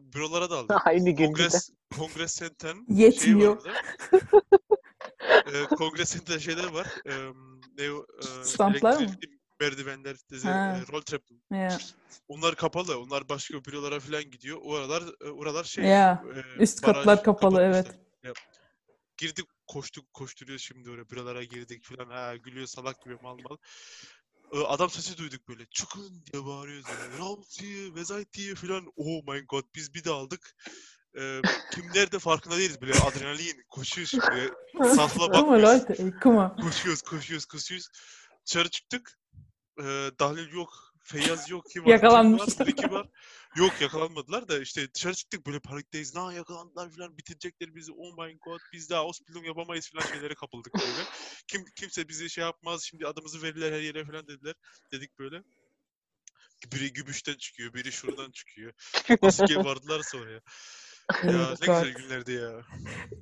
[SPEAKER 2] bürolara da aldık.
[SPEAKER 3] Aynı gün bir de.
[SPEAKER 2] Kongres, kongres senterin şeyi
[SPEAKER 1] Yetmiyor.
[SPEAKER 2] vardı. Ee, Eee, kongre senterin şeyler var. Eee, ne, o, eee,
[SPEAKER 1] Standlar mı?
[SPEAKER 2] elektrikli Merdivenler, dizi,
[SPEAKER 1] Ha.
[SPEAKER 2] eee, roll trap.
[SPEAKER 1] Ya.
[SPEAKER 2] Onlar kapalı. Onlar başka bürolara falan gidiyor. Oralar, eee, oralar şey.
[SPEAKER 1] Ya,
[SPEAKER 2] eee,
[SPEAKER 1] üst
[SPEAKER 2] baraj
[SPEAKER 1] katlar kapalı
[SPEAKER 2] kapatmışlar.
[SPEAKER 1] evet.
[SPEAKER 2] Girdik koştuk koşturuyoruz şimdi oraya. Buralara girdik falan. Ha, gülüyor salak gibi mal mal. Eee, Adam sesi duyduk böyle. Çıkın diye bağırıyoruz. Ramsey, Vezayti falan. Oh my god. Biz bir de aldık. Eee, Ee, kim nerede farkında değiliz bile. Adrenalin, koşuyoruz bile. Safla
[SPEAKER 1] Come
[SPEAKER 2] bakmıyoruz.
[SPEAKER 1] Leute, come on.
[SPEAKER 2] Koşuyoruz, koşuyoruz, koşuyoruz. Dışarı çıktık. Ee, Dahlil yok. Feyyaz yok. Kim var?
[SPEAKER 1] Yakalanmış.
[SPEAKER 2] Kim var? Zeki var. Yok yakalanmadılar da işte dışarı çıktık böyle panikteyiz. Na yakalandılar filan bitirecekler bizi. Oh my god biz daha Ospilum yapamayız filan şeylere kapıldık böyle. Kim, kimse bizi şey yapmaz şimdi adımızı verirler her yere filan dediler. Dedik böyle. Biri Gümüş'ten çıkıyor, biri şuradan çıkıyor. Nasıl ki vardılarsa oraya. Ya ne güzel günlerdi ya.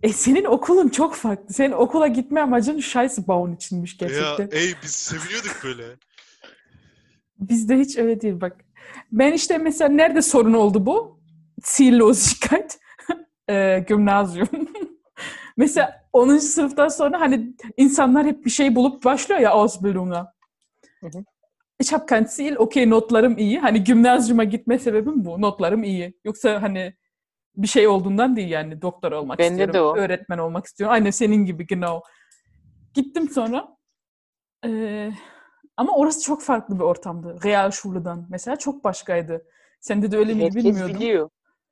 [SPEAKER 1] E senin okulun çok farklı. Senin okula gitme amacın Scheißbauen içinmiş gerçekten.
[SPEAKER 2] Ya ey biz seviniyorduk böyle.
[SPEAKER 1] Bizde hiç öyle değil bak. Ben işte mesela nerede sorun oldu bu? Ziellosigkeit. Eee gymnasium. Ee, mesela 10. sınıftan sonra hani insanlar hep bir şey bulup başlıyor ya Ausbildung'a.
[SPEAKER 3] Hı hı.
[SPEAKER 1] Ich habe kein Ziel, okey notlarım iyi. Hani gymnasium'a gitme sebebim bu. Notlarım iyi. Yoksa hani bir şey olduğundan değil yani doktor olmak
[SPEAKER 3] Bende
[SPEAKER 1] istiyorum.
[SPEAKER 3] de o.
[SPEAKER 1] Öğretmen olmak istiyorum. Aynen senin gibi genau. Gittim sonra. Eee ama orası çok farklı bir ortamdı. Real Şule'dan mesela çok başkaydı. Sende de öyle miydi
[SPEAKER 3] Herkes
[SPEAKER 1] bilmiyordum.
[SPEAKER 3] biliyor.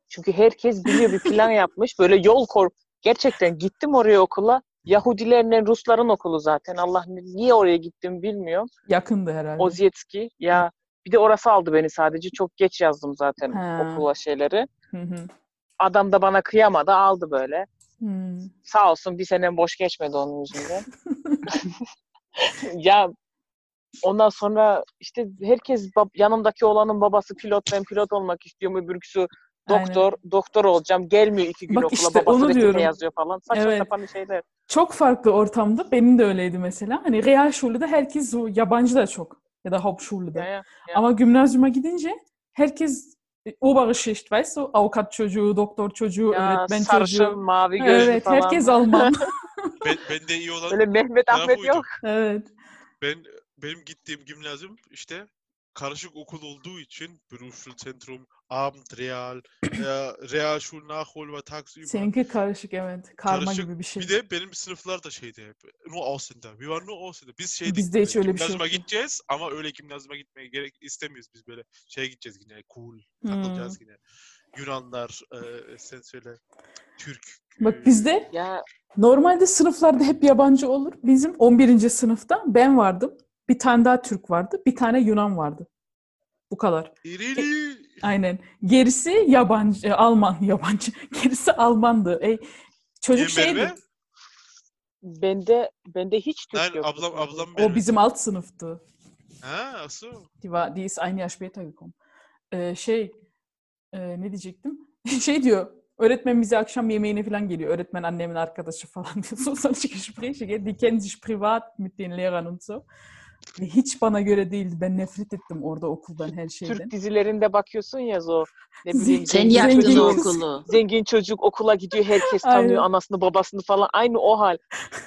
[SPEAKER 3] Çünkü herkes biliyor bir plan yapmış. Böyle yol kork. Gerçekten gittim oraya okula. Yahudilerle Rusların okulu zaten. Allah ni- niye oraya gittim bilmiyorum.
[SPEAKER 1] Yakındı herhalde.
[SPEAKER 3] Ozyetski ya bir de orası aldı beni sadece. Çok geç yazdım zaten
[SPEAKER 1] Ha.
[SPEAKER 3] okula şeyleri.
[SPEAKER 1] Hı hı.
[SPEAKER 3] Adam da bana kıyamadı aldı böyle.
[SPEAKER 1] Hmm.
[SPEAKER 3] Sağ olsun bir senem boş geçmedi onun yüzünden. ya ondan sonra işte herkes bab- yanımdaki olanın babası pilot ben pilot olmak istiyorum öbürküsü doktor doktor olacağım gelmiyor iki gün
[SPEAKER 1] Bak
[SPEAKER 3] okula
[SPEAKER 1] işte
[SPEAKER 3] babası
[SPEAKER 1] onu
[SPEAKER 3] reçete
[SPEAKER 1] diyorum.
[SPEAKER 3] yazıyor falan saçma
[SPEAKER 1] Evet.
[SPEAKER 3] sapan şeyler.
[SPEAKER 1] Çok farklı ortamda. Benim de öyleydi mesela. Hani real şule'de herkes o yabancı da çok. Ya da Hauptschule
[SPEAKER 3] Ya,
[SPEAKER 1] da.
[SPEAKER 3] ya.
[SPEAKER 1] Ama gymnasium'a gidince herkes e, Oberschicht, weißt du? Avukat çocuğu, doktor çocuğu,
[SPEAKER 3] Ya,
[SPEAKER 1] öğretmen
[SPEAKER 3] sarışın
[SPEAKER 1] çocuğu.
[SPEAKER 3] mavi gözlü
[SPEAKER 1] Evet,
[SPEAKER 3] falan.
[SPEAKER 1] herkes Alman.
[SPEAKER 2] Ben, bende iyi olan
[SPEAKER 3] Öyle Mehmet
[SPEAKER 2] tarafı
[SPEAKER 3] Ahmet
[SPEAKER 2] oydu.
[SPEAKER 3] yok.
[SPEAKER 1] evet.
[SPEAKER 2] Ben benim gittiğim gimnazyum işte karışık okul olduğu için Berufsschulzentrum, Abendreal, ya, Realschule, Nachhol ve Tagsüber.
[SPEAKER 1] Seninki karışık evet. Karma
[SPEAKER 2] Karışık.
[SPEAKER 1] gibi bir şey.
[SPEAKER 2] Bir de benim sınıflar da şeydi hep. No Ausländer. We were no Ausländer. Biz şeydik.
[SPEAKER 1] Bizde hiç
[SPEAKER 2] böyle,
[SPEAKER 1] öyle bir şey
[SPEAKER 2] gimnazyuma
[SPEAKER 1] yoktu.
[SPEAKER 2] gideceğiz ama öyle gimnazyuma gitmeye gerek istemiyoruz biz böyle. Şeye gideceğiz yine. Cool.
[SPEAKER 1] Hmm.
[SPEAKER 2] Takılacağız yine. Yunanlar, e, sen söyle. Türk.
[SPEAKER 1] Bak
[SPEAKER 2] e,
[SPEAKER 1] bizde
[SPEAKER 3] Ya
[SPEAKER 1] Normalde sınıflarda hep yabancı olur. Bizim 11. sınıfta ben vardım. Bir tane daha Türk vardı. Bir tane Yunan vardı. Bu kadar.
[SPEAKER 2] irili.
[SPEAKER 1] Aynen. Gerisi yabancı, e, Alman yabancı. Gerisi Almandı. E, çocuk şey
[SPEAKER 2] Niye Merve?
[SPEAKER 1] şeydi.
[SPEAKER 3] bende bende hiç Türk
[SPEAKER 2] Lan
[SPEAKER 3] yok.
[SPEAKER 2] ablam ablam benim.
[SPEAKER 1] şey O bizim alt sınıftı.
[SPEAKER 2] Ha, asu.
[SPEAKER 1] Die, war, die ist ein Jahr später gekommen. Ee, şey, e, ne diyecektim? şey diyor, öğretmen bize akşam yemeğine falan geliyor. Öğretmen annemin arkadaşı falan diyor. So solche Gespräche, gell? die kennen sich şey, privat mit den Lehrern und so. Ve hiç bana göre değildi. Ben nefret ettim orada okuldan, her şeyden.
[SPEAKER 3] Türk dizilerinde bakıyorsun ya o ne
[SPEAKER 1] Sen
[SPEAKER 3] bileyim
[SPEAKER 4] Sen
[SPEAKER 3] zengin
[SPEAKER 1] yaktın
[SPEAKER 4] yaktın
[SPEAKER 3] çocuk-
[SPEAKER 1] o
[SPEAKER 4] o
[SPEAKER 1] kız.
[SPEAKER 4] okulu.
[SPEAKER 3] zengin çocuk okula gidiyor herkes tanıyor
[SPEAKER 1] Aynen.
[SPEAKER 3] anasını babasını falan aynı o hal.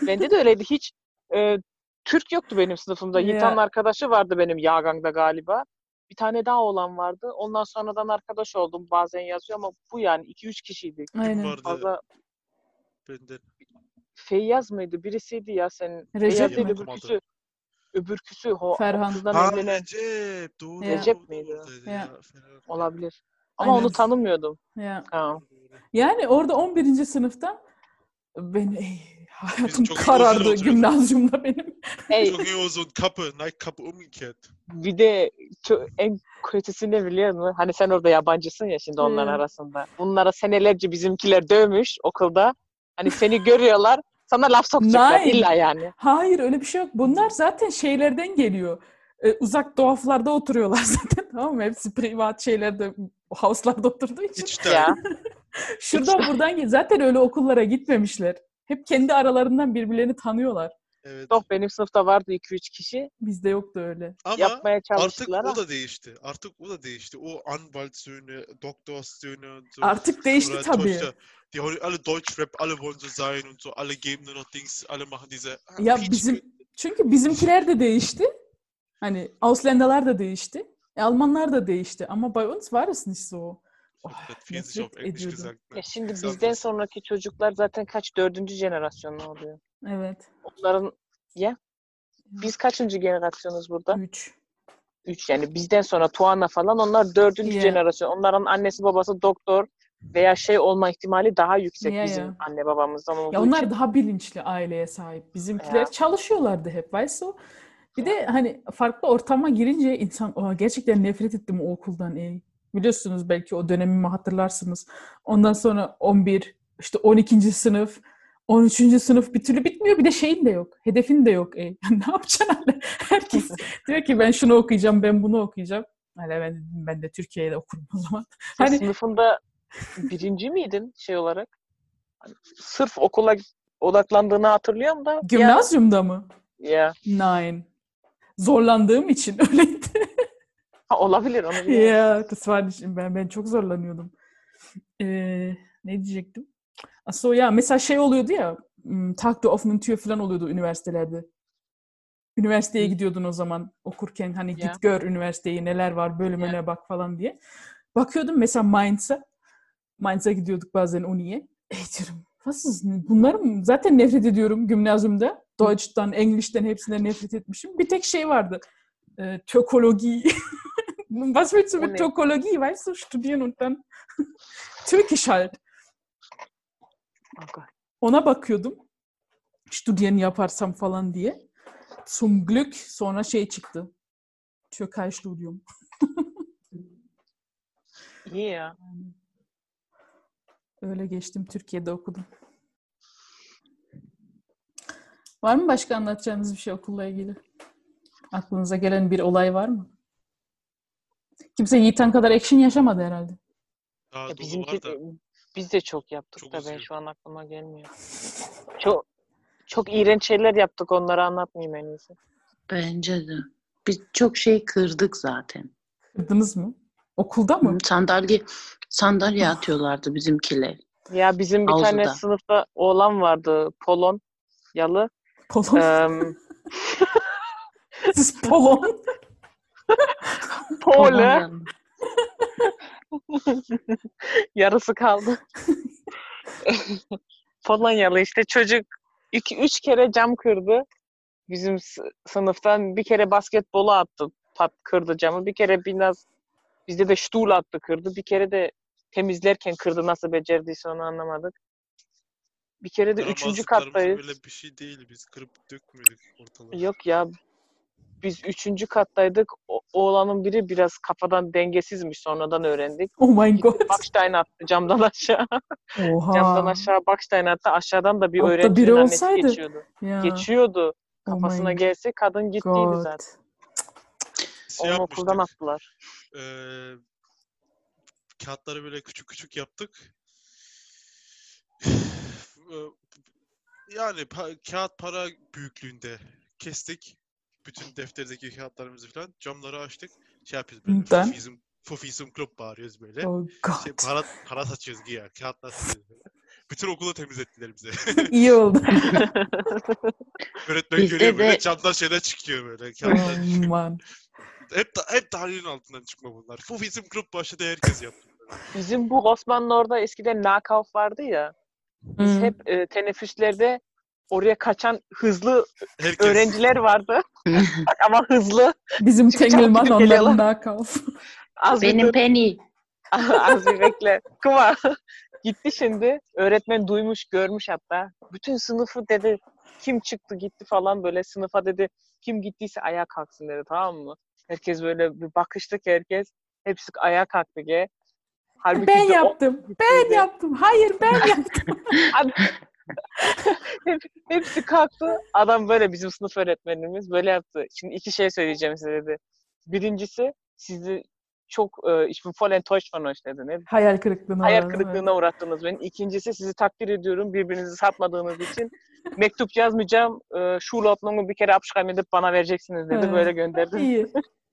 [SPEAKER 3] Bende de öyleydi hiç e, Türk yoktu benim sınıfımda.
[SPEAKER 1] Ya.
[SPEAKER 3] Yiğitan'ın arkadaşı vardı benim Yagang'da galiba. Bir tane daha olan vardı. Ondan sonradan arkadaş oldum. Bazen yazıyor ama bu yani 2-3 kişiydik.
[SPEAKER 2] Kim
[SPEAKER 1] Aynen.
[SPEAKER 2] vardı
[SPEAKER 3] Fazla
[SPEAKER 2] benden?
[SPEAKER 3] Feyyaz mıydı? Birisiydi ya senin.
[SPEAKER 1] Recep
[SPEAKER 3] Feyyaz
[SPEAKER 1] mi?
[SPEAKER 3] değil öbürküsü. Öbürküsü. Ho,
[SPEAKER 1] Ferhan.
[SPEAKER 3] okuldan
[SPEAKER 2] Ha,
[SPEAKER 3] evlenen
[SPEAKER 2] Recep. Doğru.
[SPEAKER 1] Ya.
[SPEAKER 2] Recep
[SPEAKER 3] Recep miydi?
[SPEAKER 1] Ya.
[SPEAKER 3] olabilir. Ama
[SPEAKER 1] Aynen.
[SPEAKER 3] onu tanımıyordum.
[SPEAKER 1] Ya.
[SPEAKER 3] Ha.
[SPEAKER 1] Yani orada 11. sınıfta ben ey, hayatım
[SPEAKER 2] çok iyi
[SPEAKER 1] karardı
[SPEAKER 2] oturuyorduk.
[SPEAKER 1] gimnazyumda benim.
[SPEAKER 3] Ey,
[SPEAKER 2] Çok iyi o zaman kapı. Nike kapı umgekehrt.
[SPEAKER 3] Bir de çö- en kötüsü ne biliyor musun? Hani sen orada yabancısın ya şimdi onların
[SPEAKER 1] Evet.
[SPEAKER 3] arasında. Bunlara senelerce bizimkiler dövmüş okulda. Hani seni görüyorlar. Sana laf sokacaklar
[SPEAKER 1] Nein.
[SPEAKER 3] illa yani.
[SPEAKER 1] Hayır öyle bir şey yok. Bunlar zaten şeylerden geliyor. Ee, uzak doğaflarda oturuyorlar zaten tamam mı? Hepsi privat şeylerde, house'larda oturduğu için.
[SPEAKER 2] İçten.
[SPEAKER 3] Ya.
[SPEAKER 1] Şuradan buradan gel. Zaten öyle okullara gitmemişler. Hep kendi aralarından birbirlerini tanıyorlar.
[SPEAKER 2] Evet.
[SPEAKER 3] Yok benim sınıfta vardı 2-3 kişi.
[SPEAKER 1] Bizde yoktu öyle.
[SPEAKER 2] Ama
[SPEAKER 3] yapmaya
[SPEAKER 2] artık
[SPEAKER 3] çalıştılar.
[SPEAKER 2] o
[SPEAKER 3] ama
[SPEAKER 2] da değişti. Artık o da değişti. O Anwaltssöhne, Doktorsöhne und so.
[SPEAKER 1] Artık değişti
[SPEAKER 2] Oder
[SPEAKER 1] tabii.
[SPEAKER 2] Töchter. Die wollen alle Deutsch Rap, alle wollen so sein und so. Alle geben nur noch Dings, alle machen diese. Ah,
[SPEAKER 1] Ya
[SPEAKER 2] Peach
[SPEAKER 1] bizim
[SPEAKER 2] Pit.
[SPEAKER 1] çünkü bizimkiler de değişti. Hani Ausländerler de değişti. E, Almanlar da değişti ama bei uns war es nicht so.
[SPEAKER 2] Ich
[SPEAKER 1] Oh,
[SPEAKER 2] hab grad 40
[SPEAKER 1] nefret
[SPEAKER 2] auf Englisch
[SPEAKER 1] ediyordum.
[SPEAKER 2] gesagt. Ne?
[SPEAKER 3] Ya şimdi
[SPEAKER 2] Güzel
[SPEAKER 3] bizden
[SPEAKER 2] kız.
[SPEAKER 3] sonraki çocuklar zaten kaç? Dördüncü jenerasyonlu oluyor.
[SPEAKER 1] Evet.
[SPEAKER 3] Onların ya biz kaçıncı jenerasyonuz burada?
[SPEAKER 1] Üç.
[SPEAKER 3] Üç yani bizden sonra Tuana falan onlar dördüncü
[SPEAKER 1] Ya.
[SPEAKER 3] jenerasyon. Onların annesi babası doktor. veya şey olma ihtimali daha yüksek
[SPEAKER 1] Ya,
[SPEAKER 3] bizim
[SPEAKER 1] ya.
[SPEAKER 3] anne babamızdan olduğu
[SPEAKER 1] Ya onlar
[SPEAKER 3] için.
[SPEAKER 1] daha bilinçli aileye sahip. Bizimkiler
[SPEAKER 3] Ya.
[SPEAKER 1] çalışıyorlardı hep. Varsa bir de hani farklı ortama girince insan "Aa, gerçekten nefret ettim o okuldan. ey." Biliyorsunuz belki o dönemimi hatırlarsınız. Ondan sonra 11, işte 12. sınıf, 13. sınıf bir türlü bitmiyor. Bir de şeyin de yok. Hedefin de yok. ey. ne yapacaksın hala? Herkes diyor ki ben şunu okuyacağım, ben bunu okuyacağım. Hala ben, ben de Türkiye'de okurum o zaman.
[SPEAKER 3] Sen
[SPEAKER 1] Hani-
[SPEAKER 3] sınıfında birinci miydin şey olarak? Hani Sırf okula odaklandığını hatırlıyorum da. Ya,
[SPEAKER 1] Gimnazyumda mı?
[SPEAKER 3] ya.
[SPEAKER 1] Nine. Zorlandığım için öyleydi.
[SPEAKER 3] Ha, olabilir onu bilmiyorum.
[SPEAKER 1] Ya das war nicht- ben ben çok zorlanıyordum. Ee, ne diyecektim? Aslında o ya mesela şey oluyordu ya m, Tag der offenen Tür falan oluyordu üniversitelerde. Üniversiteye gidiyordun o zaman okurken hani
[SPEAKER 3] Ya.
[SPEAKER 1] git gör üniversiteyi neler var bölümüne bak falan diye. Bakıyordum mesela Mainz'a. Mainz'a gidiyorduk bazen Uni'ye. Ey diyorum was ist denn? Bunları mı? Zaten nefret ediyorum gimnazyumda. Deutsch'tan, English'ten hepsinden nefret etmişim. Bir tek şey vardı. Ee, Tökologi. Was willst du
[SPEAKER 3] Oh,
[SPEAKER 1] mit
[SPEAKER 3] nee.
[SPEAKER 1] Türkologie, weißt du, studieren und dann Türkisch halt.
[SPEAKER 3] Oh God.
[SPEAKER 1] Ona bakıyordum. Studieren yaparsam falan diye. Zum Glück sonra şey çıktı. Türkay Studium.
[SPEAKER 3] İyi ya.
[SPEAKER 1] Öyle geçtim Türkiye'de okudum. Var mı başka anlatacağınız bir şey okulla ilgili? Aklınıza gelen bir olay var mı? Kimse Yiğitan kadar action yaşamadı herhalde.
[SPEAKER 2] Daha
[SPEAKER 3] Ya
[SPEAKER 2] dolu
[SPEAKER 3] bizimki
[SPEAKER 2] var da.
[SPEAKER 3] de- biz de çok yaptık
[SPEAKER 2] Çok
[SPEAKER 3] da ben
[SPEAKER 2] üzüyor.
[SPEAKER 3] şu an aklıma gelmiyor. Çok çok iğrenç şeyler yaptık onları anlatmayayım en iyisi.
[SPEAKER 4] Bence de. Biz çok şey kırdık zaten.
[SPEAKER 1] Kırdınız mı? Okulda mı?
[SPEAKER 4] Sandalye sandalye atıyorlardı bizimkiler.
[SPEAKER 3] Ya bizim bir tane
[SPEAKER 4] Avluda.
[SPEAKER 3] sınıfta oğlan vardı Polon yalı.
[SPEAKER 1] Polon.
[SPEAKER 3] Em,
[SPEAKER 1] Siz Polon.
[SPEAKER 3] Pole yarısı kaldı. Polonyalı işte çocuk iki üç kere cam kırdı. Bizim s- sınıftan bir kere basketbolu attı. Pat kırdı camı. Bir kere biraz bizde de ştuğul attı kırdı. Bir kere de temizlerken kırdı. Nasıl becerdiyse onu anlamadık. Bir kere de üçüncü
[SPEAKER 2] Yaramazlıklarımız
[SPEAKER 3] kattayız.
[SPEAKER 2] Öyle bir şey değil. Biz kırıp dökmedik ortalığı.
[SPEAKER 3] Yok ya biz üçüncü kattaydık. O, oğlanın biri biraz kafadan dengesizmiş. Sonradan öğrendik.
[SPEAKER 1] Oh my god.
[SPEAKER 3] Backstein attı camdan aşağı.
[SPEAKER 1] Oha.
[SPEAKER 3] Camdan aşağı Backstein hatta aşağıdan da bir
[SPEAKER 1] Altta
[SPEAKER 3] öğrencinin
[SPEAKER 1] biri
[SPEAKER 3] annesi
[SPEAKER 1] olsaydı.
[SPEAKER 3] geçiyordu.
[SPEAKER 1] Ya,
[SPEAKER 3] Geçiyordu.
[SPEAKER 1] oh my
[SPEAKER 3] Kafasına gelse kadın gittiydi
[SPEAKER 1] god.
[SPEAKER 3] zaten.
[SPEAKER 2] Biz şey
[SPEAKER 3] Onu okuldan
[SPEAKER 2] yapmıştık.
[SPEAKER 3] attılar.
[SPEAKER 2] Eee kağıtları böyle küçük küçük yaptık. Eee, yani pa- kağıt para büyüklüğünde kestik. Bütün defterdeki kağıtlarımızı falan camları açtık. Şey yapıyoruz böyle.
[SPEAKER 1] Ben-
[SPEAKER 2] Fufizm, Fufizm Club bağırıyoruz böyle.
[SPEAKER 1] Oh god.
[SPEAKER 2] Şey, para, para saçıyoruz güya. Kağıtlar saçıyoruz böyle. Bütün okulu temizlettiler bize.
[SPEAKER 1] İyi oldu.
[SPEAKER 2] Öğretmen
[SPEAKER 4] Bizde
[SPEAKER 2] görüyor böyle
[SPEAKER 4] de-
[SPEAKER 2] camdan şeyler çıkıyor böyle. Kağıtlar çıkıyor.
[SPEAKER 1] Aman.
[SPEAKER 2] hep, da- hep Tanrı'nın altından çıkma bunlar. Fufizm Club başladı herkes yaptı.
[SPEAKER 3] Bizim bu Osmanlı orada eskiden knockout vardı ya. Biz
[SPEAKER 1] Hmm.
[SPEAKER 3] hep e, teneffüslerde oraya kaçan hızlı
[SPEAKER 2] Herkes.
[SPEAKER 3] öğrenciler vardı. Bak ama hızlı.
[SPEAKER 1] Bizim
[SPEAKER 3] Çıkacak
[SPEAKER 1] Tengelman
[SPEAKER 3] gibi
[SPEAKER 1] onların
[SPEAKER 3] geliyorlar.
[SPEAKER 1] nakal.
[SPEAKER 3] Az bir
[SPEAKER 4] Benim Penny.
[SPEAKER 3] Az bir bekle. Kıva. Gitti şimdi. Öğretmen duymuş, görmüş hatta. Bütün sınıfı dedi kim çıktı gitti falan böyle sınıfa dedi kim gittiyse ayağa kalksın dedi tamam mı? Herkes böyle bir bakıştı ki herkes. Hepsi ayağa kalktı ki. Halbuki
[SPEAKER 1] Ben
[SPEAKER 3] bize o
[SPEAKER 1] yaptım. Ben
[SPEAKER 3] gittiydi.
[SPEAKER 1] yaptım. Hayır ben yaptım.
[SPEAKER 3] Abi- Hep, hepsi kalktı. Adam böyle bizim sınıf öğretmenimiz böyle yaptı. Şimdi iki şey söyleyeceğim size dedi. Birincisi sizi çok e, ich bin vollen enttäuscht von euch dedi. Ne
[SPEAKER 1] Hayal kırıklığına.
[SPEAKER 3] hayal
[SPEAKER 1] uğradım,
[SPEAKER 3] kırıklığına uğrattınız beni. İkincisi sizi takdir ediyorum birbirinizi satmadığınız için. Mektup yazmayacağım. Ee, Şu lotlumu bir kere apşkam edip bana vereceksiniz dedi.
[SPEAKER 1] Evet.
[SPEAKER 3] Böyle
[SPEAKER 1] evet.
[SPEAKER 3] gönderdim.
[SPEAKER 1] İyi.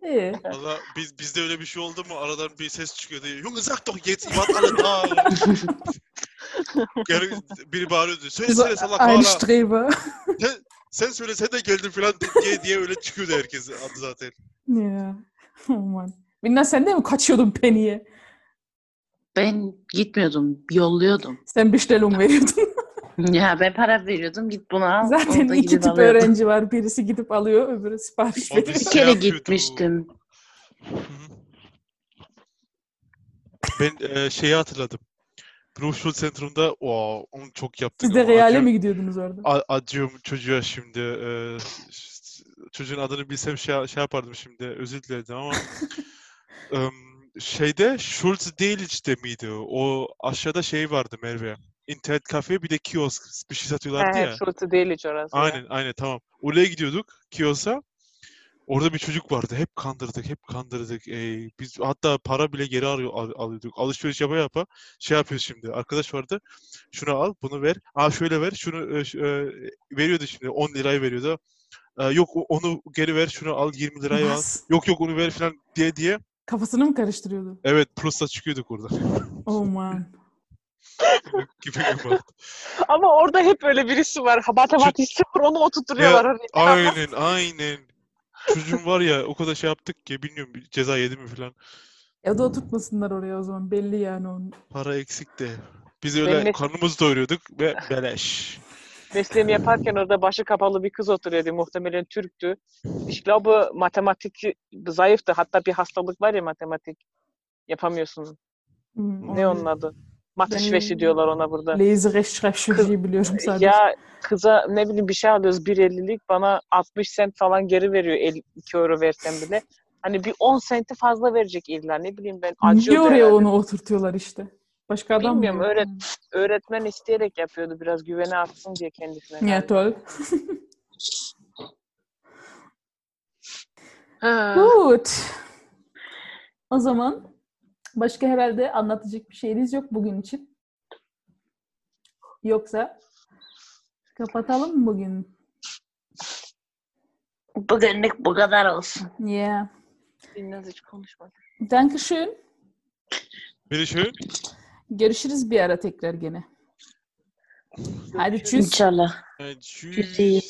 [SPEAKER 1] İyi.
[SPEAKER 2] Valla biz, bizde öyle bir şey oldu mu aradan bir ses çıkıyor diye. Junge sag doch jetzt, ich warte alle da. Yani biri bağırıyordu. Söylesene salak
[SPEAKER 1] Ein
[SPEAKER 2] hala.
[SPEAKER 1] Strebe.
[SPEAKER 2] Sen söylesen de geldin falan diye diye öyle çıkıyordu herkes adı zaten.
[SPEAKER 1] Ya. Aman. Minna sen de mi kaçıyordun Penny'e?
[SPEAKER 4] Ben gitmiyordum, yolluyordum.
[SPEAKER 1] Sen Bestellung veriyordun.
[SPEAKER 4] Ya ben para veriyordum, git bunu al.
[SPEAKER 1] Zaten
[SPEAKER 4] orada
[SPEAKER 1] iki
[SPEAKER 4] gidip
[SPEAKER 1] tip
[SPEAKER 4] alıyordum.
[SPEAKER 1] öğrenci var. Birisi gidip alıyor, öbürü sipariş
[SPEAKER 2] Abi,
[SPEAKER 1] veriyor.
[SPEAKER 4] Bir
[SPEAKER 2] Şey
[SPEAKER 4] kere
[SPEAKER 2] yapıyordu.
[SPEAKER 4] gitmiştim.
[SPEAKER 2] Ben e, şeyi hatırladım. Ruhşul Sentrum'da o onu çok yaptık.
[SPEAKER 1] Siz de
[SPEAKER 2] ama
[SPEAKER 1] reale
[SPEAKER 2] acıyorum-
[SPEAKER 1] mi gidiyordunuz orada?
[SPEAKER 2] a- acıyorum çocuğa şimdi. Ee, ş- çocuğun adını bilsem şey, şey yapardım şimdi. Özür dilerim ama Em, şeyde Schultz değil işte miydi? o? O aşağıda şey vardı Merve. İnternet kafe bir de kiosk bir şey satıyorlardı ya.
[SPEAKER 3] He, şurası değil hiç orası.
[SPEAKER 2] Aynen aynen tamam. Oraya gidiyorduk Kiosa. Orada bir çocuk vardı. Hep kandırdık, hep kandırdık. Ee, biz hatta para bile geri arıyor, al- alıyorduk. Alışveriş yapa yapa şey yapıyoruz şimdi. Arkadaş vardı. Şunu al, bunu ver. Aa şöyle ver. Şunu e, şu- e, veriyordu şimdi. 10 lirayı veriyordu. Ee, yok o- onu geri ver. Şunu al 20 lirayı al.
[SPEAKER 1] Nasıl?
[SPEAKER 2] Yok yok onu ver falan diye diye.
[SPEAKER 1] Kafasını mı karıştırıyordu?
[SPEAKER 2] Evet Plus'ta çıkıyorduk orada.
[SPEAKER 1] Oh man.
[SPEAKER 2] Gibi bir vardı.
[SPEAKER 3] Ama orada hep öyle birisi var. Matematiği sıfır onu oturtuyorlar. Hani oraya.
[SPEAKER 2] Aynen aynen. Çocuğum var ya o kadar şey yaptık ki bilmiyorum bir ceza yedi mi falan.
[SPEAKER 1] Ya E, da oturtmasınlar oraya o zaman. Belli yani onun.
[SPEAKER 2] Para eksik de. Biz öyle
[SPEAKER 3] Belli.
[SPEAKER 2] karnımızı doyuruyorduk ve beleş.
[SPEAKER 3] Mesleğini yaparken orada başı kapalı bir kız oturuyordu. Muhtemelen Türktü. İş labı matematik zayıftı. Hatta bir hastalık var ya matematik. Yapamıyorsun.
[SPEAKER 1] Hmm,
[SPEAKER 3] Ne
[SPEAKER 1] olabilir.
[SPEAKER 3] onun adı? Matışveşi diyorlar ona burada.
[SPEAKER 1] Laser eşreşirciyi biliyorum sadece.
[SPEAKER 3] Ya kıza ne bileyim bir şey alıyoruz 1.50'lik bana 60 cent falan geri veriyor el- 2 euro versem bile. Hani bir 10 senti fazla verecek illa ne bileyim ben
[SPEAKER 1] Niye
[SPEAKER 3] acıyor
[SPEAKER 1] oraya
[SPEAKER 3] herhalde.
[SPEAKER 1] onu oturtuyorlar işte? Başka adam
[SPEAKER 3] Bilmiyorum,
[SPEAKER 1] mı? yok?
[SPEAKER 3] öğret- Öğretmen isteyerek yapıyordu biraz güvene artsın diye kendisine.
[SPEAKER 1] Ya
[SPEAKER 3] herhalde.
[SPEAKER 1] tol.
[SPEAKER 3] Ha.
[SPEAKER 1] Good. O zaman başka herhalde anlatacak bir şeyiniz yok bugün için. Yoksa kapatalım mı bugün?
[SPEAKER 4] Bugünlük bu kadar olsun.
[SPEAKER 1] Yeah.
[SPEAKER 4] Bilmez hiç konuşmadım.
[SPEAKER 1] Dankeschön.
[SPEAKER 2] Beni şöyle
[SPEAKER 1] Görüşürüz bir ara tekrar gene. Hadi tschüss.
[SPEAKER 4] İnşallah.
[SPEAKER 2] Yani,
[SPEAKER 4] Kötü.